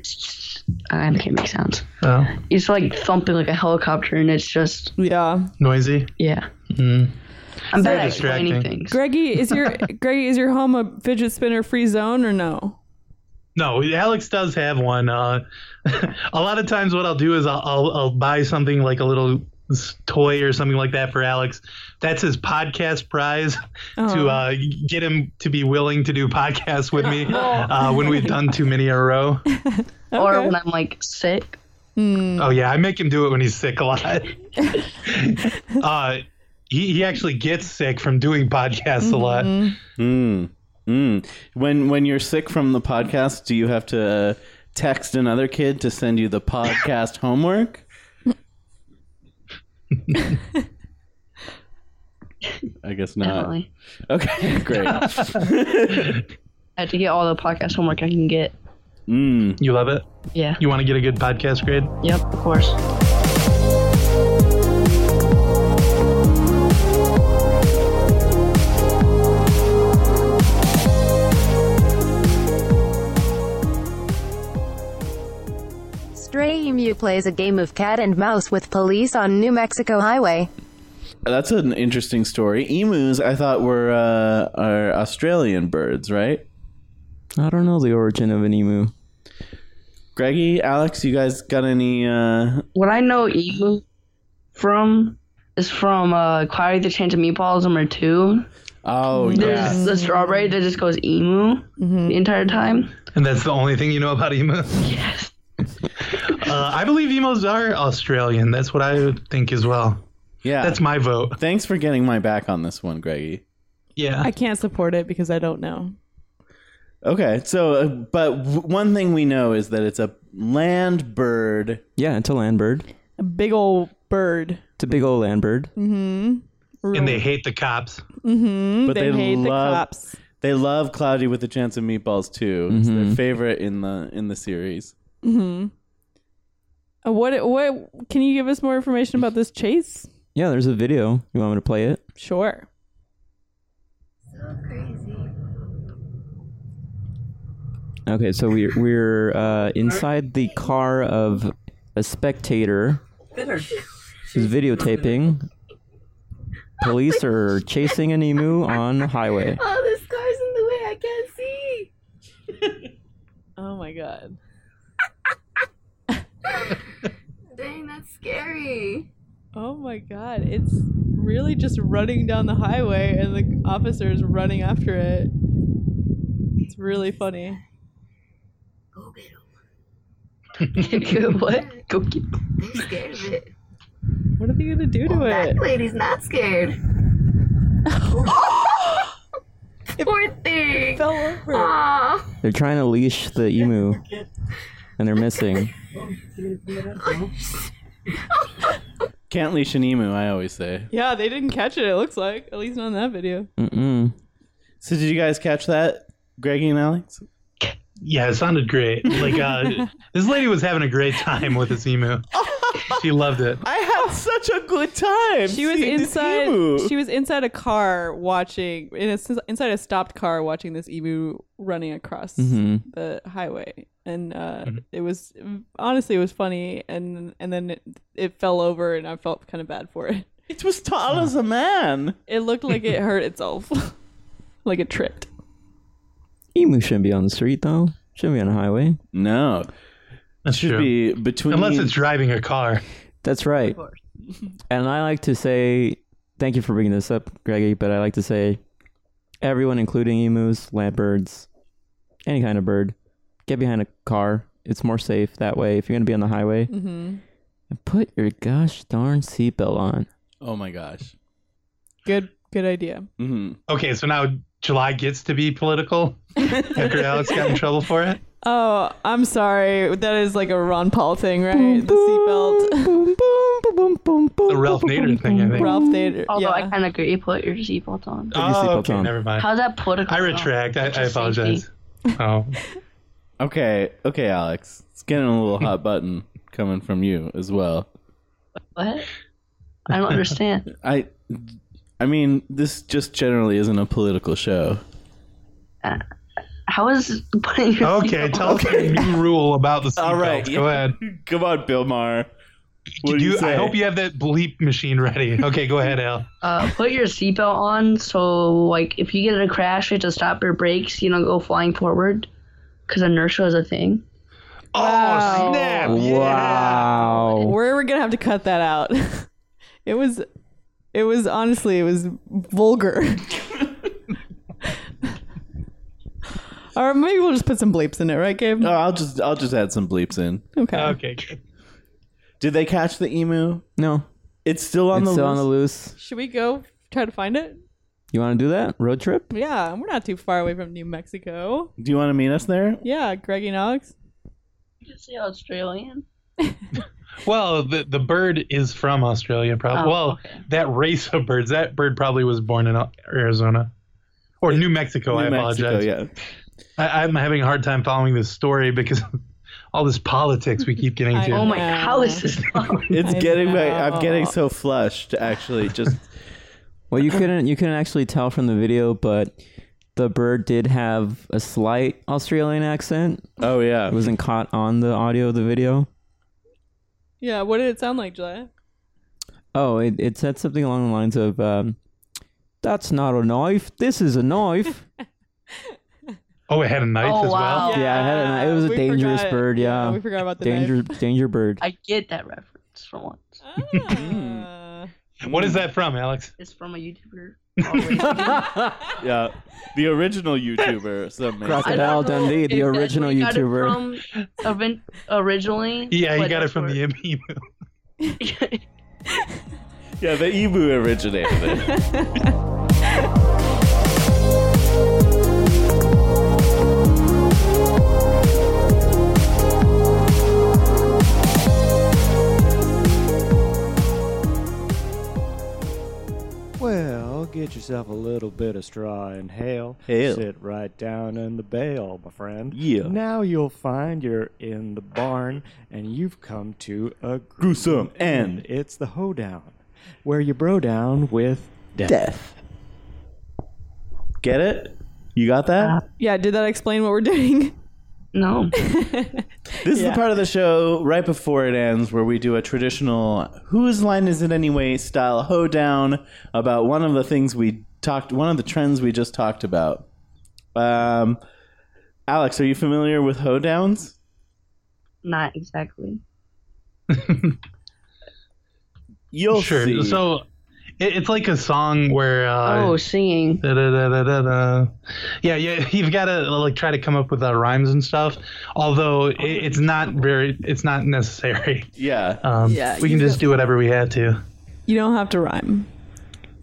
Speaker 5: I can't make sounds.
Speaker 6: Oh,
Speaker 5: It's like thumping like a helicopter, and it's just
Speaker 4: Yeah.
Speaker 6: noisy.
Speaker 5: yeah. I'm bad at
Speaker 6: distracting.
Speaker 5: explaining things.
Speaker 4: Greggy, is your Greggy, is your home a fidget spinner free zone or no?
Speaker 6: No, Alex does have one. Uh, a lot of times, what I'll do is I'll, I'll, I'll buy something like a little s- toy or something like that for Alex. That's his podcast prize
Speaker 4: Oh,
Speaker 6: to uh, get him to be willing to do podcasts with me uh, when we've done too many in a row.
Speaker 5: Or when I'm like sick.
Speaker 6: Oh yeah, I make him do it when he's sick a lot. uh, he he actually gets sick from doing podcasts a lot.
Speaker 2: Mm. Mm. When when you're sick from the podcast, do you have to uh, text another kid to send you the podcast homework? I guess
Speaker 6: Uh,
Speaker 2: not.
Speaker 5: Definitely.
Speaker 2: Okay, great.
Speaker 5: I had to get all the podcast homework I can get.
Speaker 2: Mm.
Speaker 6: You love it.
Speaker 5: Yeah.
Speaker 6: You want to get a good podcast grade?
Speaker 5: Yep, of course.
Speaker 8: Stray Emu plays a game of cat and mouse with police on New Mexico Highway.
Speaker 2: That's an interesting story. Emus, I thought were uh, are Australian birds, right?
Speaker 3: I don't know the origin of an emu.
Speaker 2: Greggy, Alex, you guys got any? Uh,
Speaker 5: What I know you from is from uh, Quiet the Chance of Meatballs number two.
Speaker 2: oh
Speaker 5: There's
Speaker 2: yeah,
Speaker 5: the strawberry that just goes emu the entire time.
Speaker 6: And that's the only thing you know about emos?
Speaker 5: Yes.
Speaker 6: Uh, I believe emos are Australian. That's what I think as well.
Speaker 2: yeah.
Speaker 6: That's my vote.
Speaker 2: Thanks for getting my back on this one, Greggy.
Speaker 6: Yeah.
Speaker 4: I can't support it because I don't know.
Speaker 2: Okay, so uh, but w- one thing we know is that it's a land bird.
Speaker 3: Yeah, it's a land bird.
Speaker 4: A big old bird.
Speaker 3: It's a big old land bird.
Speaker 6: and they hate the cops.
Speaker 2: but
Speaker 4: Mm, They,
Speaker 2: they,
Speaker 4: hate
Speaker 2: love
Speaker 4: the cops.
Speaker 2: they love Cloudy with a Chance of Meatballs too. It's their favorite in the in the series.
Speaker 4: Uh, What? What? Can you give us more information about this chase?
Speaker 3: Yeah, there's a video. You want me to play it?
Speaker 4: Sure.
Speaker 3: Okay, so we're we're uh, inside the car of a spectator who's videotaping. Police are chasing an emu on the highway.
Speaker 10: Oh, this car's in the way. I can't see.
Speaker 4: Oh my god.
Speaker 10: Dang, that's scary.
Speaker 4: Oh my god. It's really just running down the highway, and the officer is running after it. It's really funny.
Speaker 10: Go get him.
Speaker 5: what? Go get.
Speaker 10: They're scared of it.
Speaker 4: What are they gonna do to it?
Speaker 10: That lady's not scared. Poor thing.
Speaker 4: Fell over.
Speaker 10: Aw.
Speaker 3: They're trying to leash the emu, and they're missing.
Speaker 2: Can't leash an emu, I always say.
Speaker 4: Yeah, they didn't catch it. It looks like, at least not in that video.
Speaker 3: Mm-mm.
Speaker 2: So did you guys catch that, Greggy and Alex?
Speaker 6: Yeah, it sounded great. Like uh, this lady was having a great time with this emu. she loved it.
Speaker 2: I had such a good time.
Speaker 4: Oh. She was
Speaker 2: seeing this
Speaker 4: inside.
Speaker 2: emu.
Speaker 4: She was inside a car watching in a, inside a stopped car watching this emu running across
Speaker 2: Mm-hmm.
Speaker 3: Mhm.
Speaker 4: the highway, and uh,
Speaker 5: Mm-hmm.
Speaker 4: it was honestly it was funny, and and then it, it fell over, and I felt kind of bad for it.
Speaker 2: it was tall as a man.
Speaker 4: It looked like it hurt itself, like it tripped.
Speaker 3: Emu shouldn't be on the street though. Shouldn't be on a highway.
Speaker 2: No,
Speaker 6: That's
Speaker 2: should
Speaker 6: true.
Speaker 2: be between
Speaker 6: Unless it's driving a car.
Speaker 3: That's right. And I like to say thank you for bringing this up, Greggy. But I like to say everyone, including emus, lamberts, any kind of bird, get behind a car. It's more safe that way. If you're gonna be on the highway,
Speaker 2: Mm-hmm.
Speaker 3: and put your gosh darn seatbelt on.
Speaker 2: Oh my gosh.
Speaker 4: Good, good idea.
Speaker 2: hmm
Speaker 6: Okay, so now July gets to be political after Alex got in trouble for it.
Speaker 4: Oh, I'm sorry. That is like a Ron Paul thing, right? The seatbelt.
Speaker 3: Boom, boom, boom, boom, boom, boom.
Speaker 6: The Ralph Nader thing, I think.
Speaker 4: Ralph Nader.
Speaker 5: Although I
Speaker 4: Yeah.
Speaker 5: kind of agree, put your seatbelt on.
Speaker 3: your
Speaker 6: Oh,
Speaker 3: seatbelt
Speaker 6: okay,
Speaker 3: on.
Speaker 6: never mind.
Speaker 5: How's that political?
Speaker 6: I retract. I, I
Speaker 5: Just
Speaker 6: apologize.
Speaker 5: safety.
Speaker 6: Oh,
Speaker 2: Okay, okay, Alex. It's getting a little hot button coming from you as well.
Speaker 5: What? I don't understand.
Speaker 2: I, I mean, this just generally isn't a political show.
Speaker 5: How is putting your
Speaker 6: okay.
Speaker 5: seatbelt
Speaker 6: Tell us a new rule about the seatbelt.
Speaker 2: All right,
Speaker 6: Go
Speaker 2: yeah.
Speaker 6: ahead.
Speaker 2: Come on, Bill Maher. What do
Speaker 6: You,
Speaker 2: you
Speaker 6: I
Speaker 2: say?
Speaker 6: hope you have that bleep machine ready. Okay, go ahead, Al.
Speaker 5: Uh, put your seatbelt on so, like, if you get in a crash, you have to stop your brakes. You don't go flying forward because inertia is a thing.
Speaker 6: Oh
Speaker 4: Wow.
Speaker 6: snap! Yeah.
Speaker 3: Wow.
Speaker 4: We're, we're gonna have to cut that out. it was, it was honestly, it was vulgar. or maybe we'll just put some bleeps in it, right, Gabe?
Speaker 11: Uh,
Speaker 2: No, Oh, I'll just, I'll just add some bleeps in.
Speaker 4: okay.
Speaker 6: Okay.
Speaker 2: Did they catch the emu?
Speaker 3: No,
Speaker 2: It's still on
Speaker 3: it's
Speaker 2: the
Speaker 3: still
Speaker 2: loose.
Speaker 3: on the loose.
Speaker 4: Should we go try to find it?
Speaker 3: You want to do that road trip?
Speaker 4: Yeah, we're not too far away from New Mexico.
Speaker 2: Do you want to meet us there?
Speaker 4: Yeah, Greggy and Alex.
Speaker 5: You say Australian?
Speaker 6: Well, the the bird is from Australia,
Speaker 5: Oh,
Speaker 6: probably. well,
Speaker 5: okay.
Speaker 6: that race of birds. That bird probably was born in Al- Arizona or New Mexico. Oh, I
Speaker 2: New
Speaker 6: apologize.
Speaker 2: Mexico, yeah.
Speaker 6: I, I'm having a hard time following this story because of all this politics we keep getting
Speaker 4: I-
Speaker 6: to.
Speaker 5: Oh my,
Speaker 4: Yeah.
Speaker 5: how is this?
Speaker 2: It's
Speaker 4: I
Speaker 2: getting my, I'm
Speaker 4: know.
Speaker 2: getting so flushed actually just
Speaker 3: Well, you couldn't you couldn't actually tell from the video, but the bird did have a slight Australian accent.
Speaker 2: oh yeah.
Speaker 3: It wasn't caught on the audio of the video.
Speaker 4: Yeah, what did it sound like, Julia?
Speaker 3: Oh, it, it said something along the lines of, um, "That's not a knife. This is a knife."
Speaker 6: Oh, it had a knife
Speaker 5: Oh,
Speaker 6: as well.
Speaker 5: wow.
Speaker 3: Yeah, I had a kni- it was a
Speaker 4: we
Speaker 3: dangerous
Speaker 4: forgot-
Speaker 3: bird, yeah.
Speaker 4: we forgot about the
Speaker 3: danger,
Speaker 4: knife.
Speaker 3: danger bird.
Speaker 5: I get that reference for once.
Speaker 4: Ah.
Speaker 6: What is that from, Alex?
Speaker 5: It's from a YouTuber.
Speaker 2: Yeah, the original YouTuber. Some may say.
Speaker 5: I
Speaker 3: Crocodile.
Speaker 5: don't know
Speaker 3: Dundee, the
Speaker 5: if that's
Speaker 3: original
Speaker 5: where you got it
Speaker 3: YouTuber.
Speaker 5: from event- originally.
Speaker 6: Yeah, you
Speaker 5: but
Speaker 6: got it
Speaker 5: that's
Speaker 6: from
Speaker 5: where-
Speaker 6: the emu.
Speaker 2: Yeah, the Ebu originated it.
Speaker 11: Well, get yourself a little bit of straw and hail.
Speaker 2: Hail.
Speaker 11: Sit right down in the bale, my friend.
Speaker 2: Yeah.
Speaker 11: Now you'll find you're in the barn and you've come to a
Speaker 2: Gruesome end.
Speaker 11: It's the hoedown, where you bro down with death.
Speaker 2: Get it? You got that?
Speaker 4: yeah, did that explain what we're doing?
Speaker 5: No.
Speaker 2: This is the part of the show right before it ends where we do a traditional whose line is it anyway style hoedown about one of the things we talked one of the trends we just talked about. Um Alex, are you familiar with hoedowns?
Speaker 5: Not exactly.
Speaker 2: You'll
Speaker 6: sure.
Speaker 2: see.
Speaker 6: So it, it's like a song where. Uh,
Speaker 5: oh, singing.
Speaker 6: Da, da, da, da, da, da. Yeah, yeah, you've got to like try to come up with uh, rhymes and stuff. Although it, it's not very, it's not necessary.
Speaker 2: yeah.
Speaker 6: Um,
Speaker 4: Yeah,
Speaker 6: we can
Speaker 4: you
Speaker 6: just do whatever we had to.
Speaker 4: You don't have to rhyme.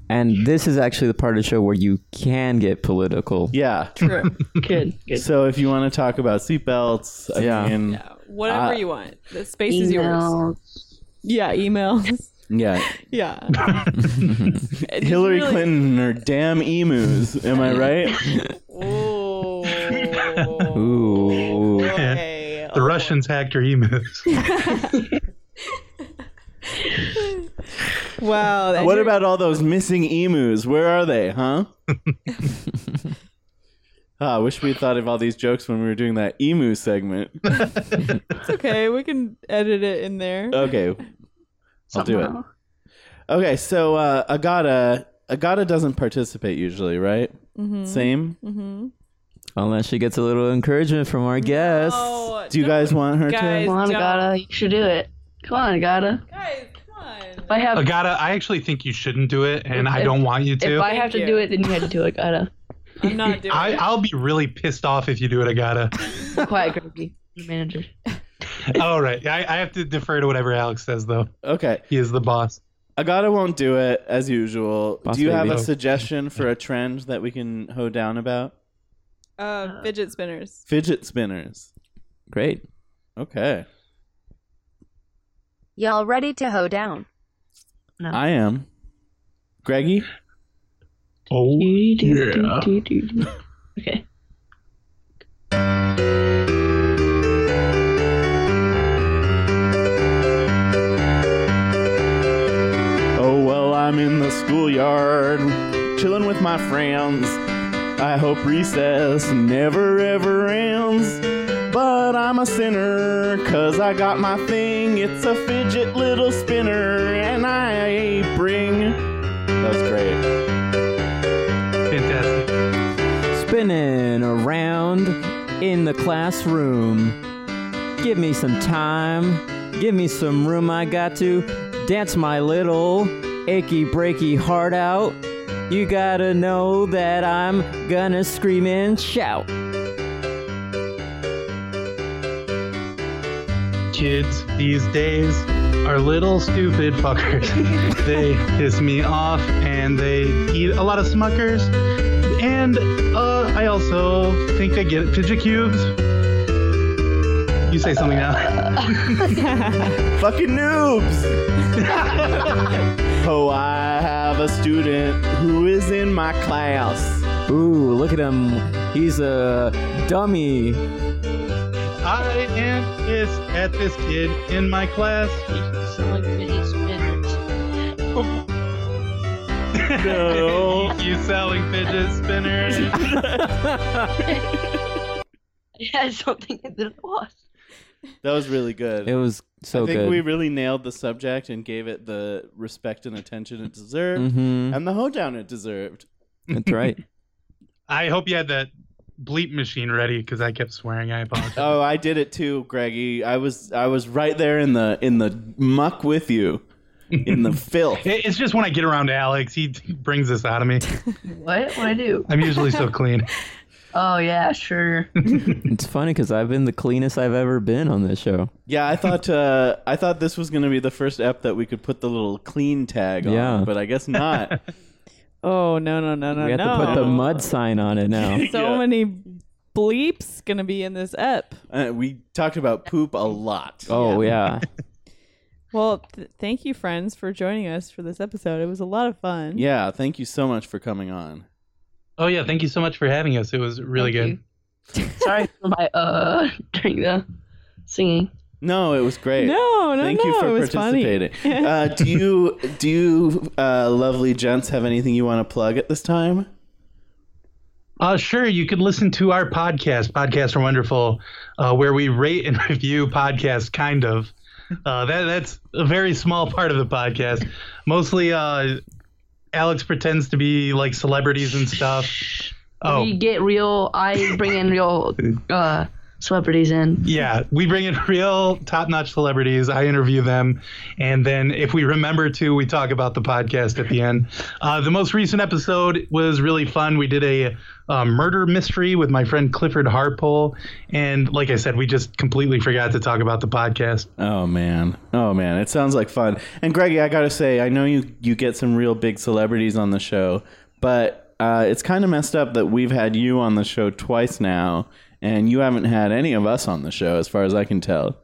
Speaker 3: And this is actually the part of the show where you can get political.
Speaker 2: Yeah.
Speaker 4: True.
Speaker 5: Good. Good.
Speaker 2: So if you want to talk about seatbelts, I
Speaker 3: Yeah.
Speaker 2: mean,
Speaker 4: Whatever
Speaker 2: Uh,
Speaker 4: you want. The space is yours.
Speaker 5: Emails.
Speaker 4: Yeah, emails.
Speaker 2: yeah.
Speaker 4: Yeah. It's
Speaker 2: Hillary
Speaker 4: really-
Speaker 2: Clinton or damn emus, am I right?
Speaker 4: Ooh.
Speaker 3: Ooh.
Speaker 4: Okay.
Speaker 6: The Russians hacked your emus.
Speaker 4: Wow. that-
Speaker 2: what about all those missing emus? Where are they, huh? Ah, I wish we thought of all these jokes when we were doing that emu segment.
Speaker 4: It's okay. We can edit it in there.
Speaker 2: Okay, I'll do it.
Speaker 5: somehow.
Speaker 2: Okay, so uh, Agata, Agata doesn't participate usually, right?
Speaker 4: Mm-hmm.
Speaker 2: Same.
Speaker 3: Unless she gets a little encouragement from our guests.
Speaker 2: Do you guys want her
Speaker 4: Oh, Guys.
Speaker 2: to?
Speaker 5: Come on,
Speaker 4: Don't-
Speaker 5: Agata. You should do it. Come on, Agata.
Speaker 4: Guys, come on.
Speaker 5: If I have,
Speaker 6: Agata, I actually think you shouldn't do it, and I
Speaker 5: If-
Speaker 6: don't want you
Speaker 5: if
Speaker 6: to.
Speaker 5: I have to
Speaker 4: you.
Speaker 5: do it, then you had to do it, Agata.
Speaker 4: I'm not doing
Speaker 6: I,
Speaker 4: it.
Speaker 6: I'll be really pissed off if you do it, Agata.
Speaker 5: Be quiet, Grumpy. The manager.
Speaker 6: All right, I, I have to defer to whatever Alex says, though.
Speaker 2: Okay,
Speaker 6: He is the boss.
Speaker 2: Agata won't do it as usual.
Speaker 3: Boss
Speaker 2: do you have
Speaker 3: baby.
Speaker 2: a suggestion for a trend that we can hoe down about?
Speaker 4: Uh, fidget spinners.
Speaker 2: Fidget spinners.
Speaker 3: Great.
Speaker 2: Okay,
Speaker 8: Y'all ready to hoe down?
Speaker 2: I am. Greggy,
Speaker 6: Oh,
Speaker 5: Yeah. Okay.
Speaker 2: Oh, well, I'm in the schoolyard, chilling with my friends. I hope recess never ever ends. But I'm a sinner, cause I got my thing. It's a fidget little spinner, and I bring. That's great.
Speaker 6: fantastic.
Speaker 3: Spinning around in the classroom. Give me some time. Give me some room. I got to dance my little achy breaky heart out. You gotta know that I'm gonna scream and shout.
Speaker 6: Kids these days are little stupid fuckers. they piss me off and they eat a lot of smuckers. And uh, I also think they get fidget cubes. You say something now.
Speaker 2: Fucking noobs! oh, I have a student who is in my class.
Speaker 3: Ooh, look at him. He's a dummy.
Speaker 6: I am pissed at this kid in my class.
Speaker 5: Sound like fidget spinners.
Speaker 2: No.
Speaker 6: you selling fidget spinners?
Speaker 5: Yeah, I don't think I did it was.
Speaker 2: That was really good.
Speaker 3: It was so
Speaker 2: I think
Speaker 3: good.
Speaker 2: we really nailed the subject and gave it the respect and attention it deserved,
Speaker 3: mm-hmm.
Speaker 2: and the hoedown it deserved.
Speaker 3: That's right.
Speaker 6: I hope you had that bleep machine ready because I kept swearing. I apologize.
Speaker 2: Oh, I did it too, Greggy. I was I was right there in the in the muck with you, in the filth.
Speaker 6: It- It's just when I get around to Alex, he brings this out of me.
Speaker 5: What? What I do?
Speaker 6: I'm usually so clean.
Speaker 5: Oh yeah, sure.
Speaker 3: It's funny because I've been the cleanest I've ever been on this show.
Speaker 2: Yeah, I thought uh, I thought this was going to be the first ep that we could put the little clean tag on,
Speaker 3: Yeah.
Speaker 2: but I guess not.
Speaker 4: Oh no no no no
Speaker 3: we have
Speaker 4: no!
Speaker 3: to put the mud sign on it now.
Speaker 4: so
Speaker 2: Yeah.
Speaker 4: many bleeps gonna be in this ep.
Speaker 2: uh, we talked about poop a lot.
Speaker 3: oh yeah.
Speaker 4: Well, th- thank you, friends, for joining us for this episode. It was a lot of fun.
Speaker 2: Yeah, thank you so much for coming on.
Speaker 6: Oh yeah, thank you so much for having us. It was really
Speaker 5: Thank
Speaker 6: good.
Speaker 5: Sorry for my uh during the singing.
Speaker 2: No, it was great.
Speaker 4: No, no,
Speaker 2: Thank
Speaker 4: no.
Speaker 2: you for
Speaker 4: it was
Speaker 2: participating.
Speaker 4: Funny.
Speaker 2: uh, do you do you uh, lovely gents have anything you want to plug at this time?
Speaker 6: Uh, sure, you can listen to our podcast, Podcasts Are Wonderful, uh, where we rate and review podcasts, kind of. Uh, that That's a very small part of the podcast. Mostly, uh, Alex pretends to be like celebrities and stuff. Oh,
Speaker 5: We get real. I bring in real uh celebrities in.
Speaker 6: Yeah, we bring in real top-notch celebrities. I interview them, and then if we remember to, we talk about the podcast at the end. Uh, the most recent episode was really fun. We did a uh, murder mystery with my friend Clifford Harpole, and like I said, we just completely forgot to talk about the podcast.
Speaker 2: Oh man, oh man, it sounds like fun. And Greggy, I gotta say, I know you you get some real big celebrities on the show, but uh, it's kind of messed up that we've had you on the show twice now, and you haven't had any of us on the show, as far as I can tell.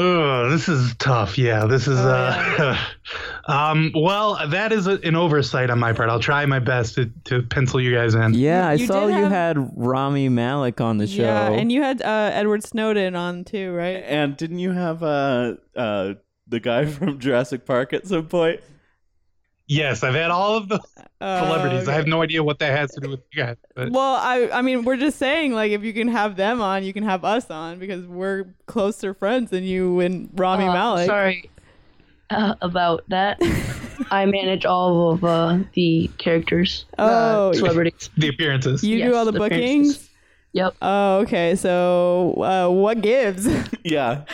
Speaker 6: Ugh, this is tough. Yeah, this is. Uh, um, well, that is a, an oversight on my part. I'll try my best to, to pencil you guys in.
Speaker 3: Yeah, I
Speaker 4: You
Speaker 3: saw
Speaker 4: did
Speaker 3: you
Speaker 4: have-
Speaker 3: had Rami Malik on the show.
Speaker 4: Yeah, and you had uh, Edward Snowden on too, right?
Speaker 2: And didn't you have uh, uh, the guy from Jurassic Park at some point?
Speaker 6: Yes, I've had all of the celebrities. I have no idea what that has to do with you guys. But.
Speaker 4: Uh, Oh, Well, I I mean, we're just saying like if you can have them on, you can have us on because we're closer friends than you and Rami
Speaker 5: Uh,
Speaker 4: Malik.
Speaker 5: Sorry uh, about that. I manage all of uh, the characters.
Speaker 4: Oh,
Speaker 5: uh, celebrities.
Speaker 6: the appearances.
Speaker 4: you
Speaker 5: yes,
Speaker 4: do all the
Speaker 5: the
Speaker 4: bookings.
Speaker 5: appearances. Yep.
Speaker 4: Oh, okay. So uh, what gives?
Speaker 2: Yeah.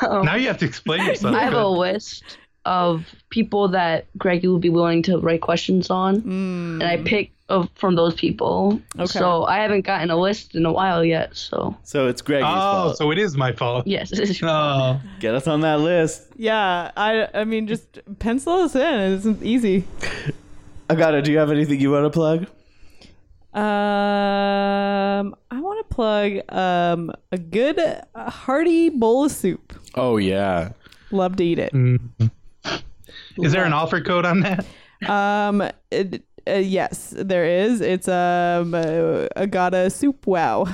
Speaker 5: Um,
Speaker 6: now you have to explain yourself.
Speaker 5: I have a list of people that Greg will be willing to write questions on, and I pick of, from those people.
Speaker 4: Okay.
Speaker 5: So I haven't gotten a list in a while yet. So
Speaker 2: So it's Greggy's
Speaker 6: oh,
Speaker 2: fault.
Speaker 6: so it is my fault.
Speaker 5: yes, this is
Speaker 6: Oh,
Speaker 2: Get us on that list.
Speaker 4: yeah, I I mean, just pencil us in. It's easy.
Speaker 2: Agata, do you have anything you want to plug?
Speaker 4: Um, I want to plug um a good uh, hearty bowl of soup.
Speaker 2: Oh yeah.
Speaker 4: Love to eat it.
Speaker 6: is there an offer code on that?
Speaker 4: Um, it, uh, yes, there is. It's um uh, Agata soup. Wow.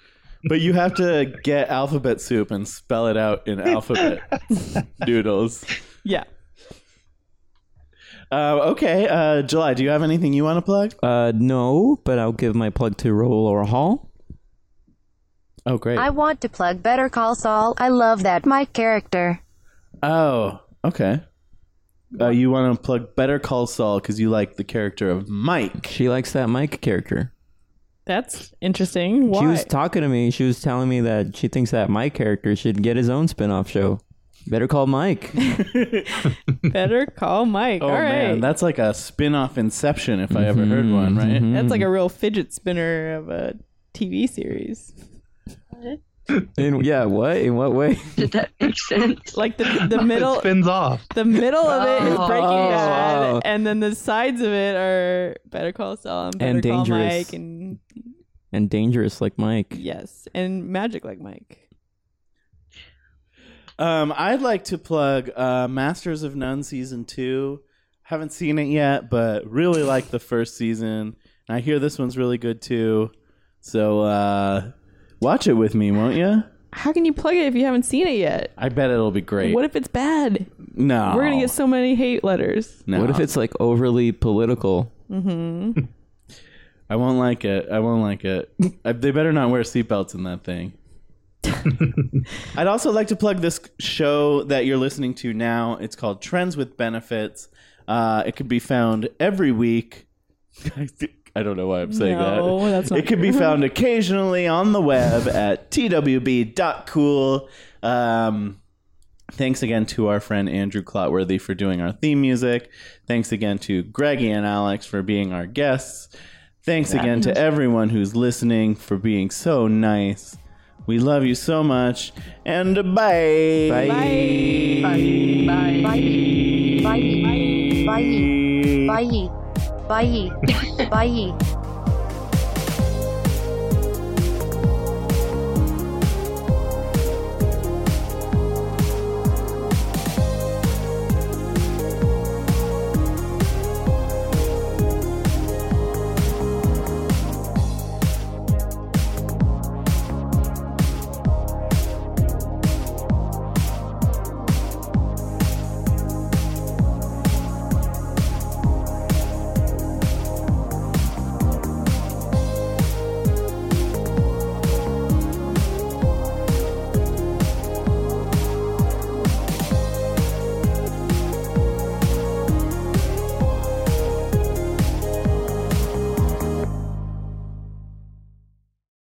Speaker 2: But you have to get alphabet soup and spell it out in alphabet noodles.
Speaker 4: Yeah.
Speaker 2: Uh, okay, uh, July, do you have anything you want to plug?
Speaker 3: uh, no, but I'll give my plug to Roll or Hall.
Speaker 2: Oh, great.
Speaker 8: I want to plug Better Call Saul. I love that Mike character.
Speaker 2: oh, okay. Uh, you want to plug Better Call Saul because you like the character of Mike.
Speaker 3: She likes that Mike character.
Speaker 4: That's interesting. Why?
Speaker 3: She was talking to me. She was telling me that she thinks that Mike character should get his own spin-off show. Better call Mike.
Speaker 4: Better call Mike.
Speaker 2: Oh
Speaker 4: All right.
Speaker 2: man, that's like a spin-off Inception if I ever heard one, right?
Speaker 4: That's like a real fidget spinner of a TV series.
Speaker 3: In yeah, what? In what way?
Speaker 5: did that make sense?
Speaker 4: Like the the middle
Speaker 6: it spins off.
Speaker 4: the middle of it is
Speaker 5: Oh.
Speaker 4: Breaking Bad,
Speaker 3: Oh.
Speaker 4: and then the sides of it are Better Call Saul and Better
Speaker 3: And
Speaker 4: Call
Speaker 3: Dangerous.
Speaker 4: Mike, and
Speaker 3: And dangerous like Mike.
Speaker 4: yes, and Magic like Mike.
Speaker 2: Um, I'd like to plug uh, Masters of None season two. Haven't seen it yet, but really like the first season. And I hear this one's really good too. So uh, watch it with me, won't you?
Speaker 4: How can you plug it if you haven't seen it yet?
Speaker 2: I bet it'll be great.
Speaker 4: What if it's bad?
Speaker 2: no,
Speaker 4: We're gonna get so many hate letters.
Speaker 2: no.
Speaker 3: What if it's like overly political?
Speaker 4: Mm-hmm.
Speaker 2: I won't like it. I won't like it. I, they better not wear seatbelts in that thing. I'd also like to plug this show that you're listening to now. It's called Trends with Benefits. Uh, it can be found every week I don't know why I'm saying
Speaker 4: No,
Speaker 2: that.
Speaker 4: that's not
Speaker 2: it can be
Speaker 4: true.
Speaker 2: found occasionally on the web at twb.cool. Um, thanks again to our friend Andrew Clotworthy for doing our theme music. Thanks again to Greggy and Alex for being our guests. Thanks again to everyone who's listening for being so nice. We love you so much. And bye.
Speaker 3: Bye.
Speaker 8: Bye. Bye. Bye. Bye. Bye. Bye. Bye.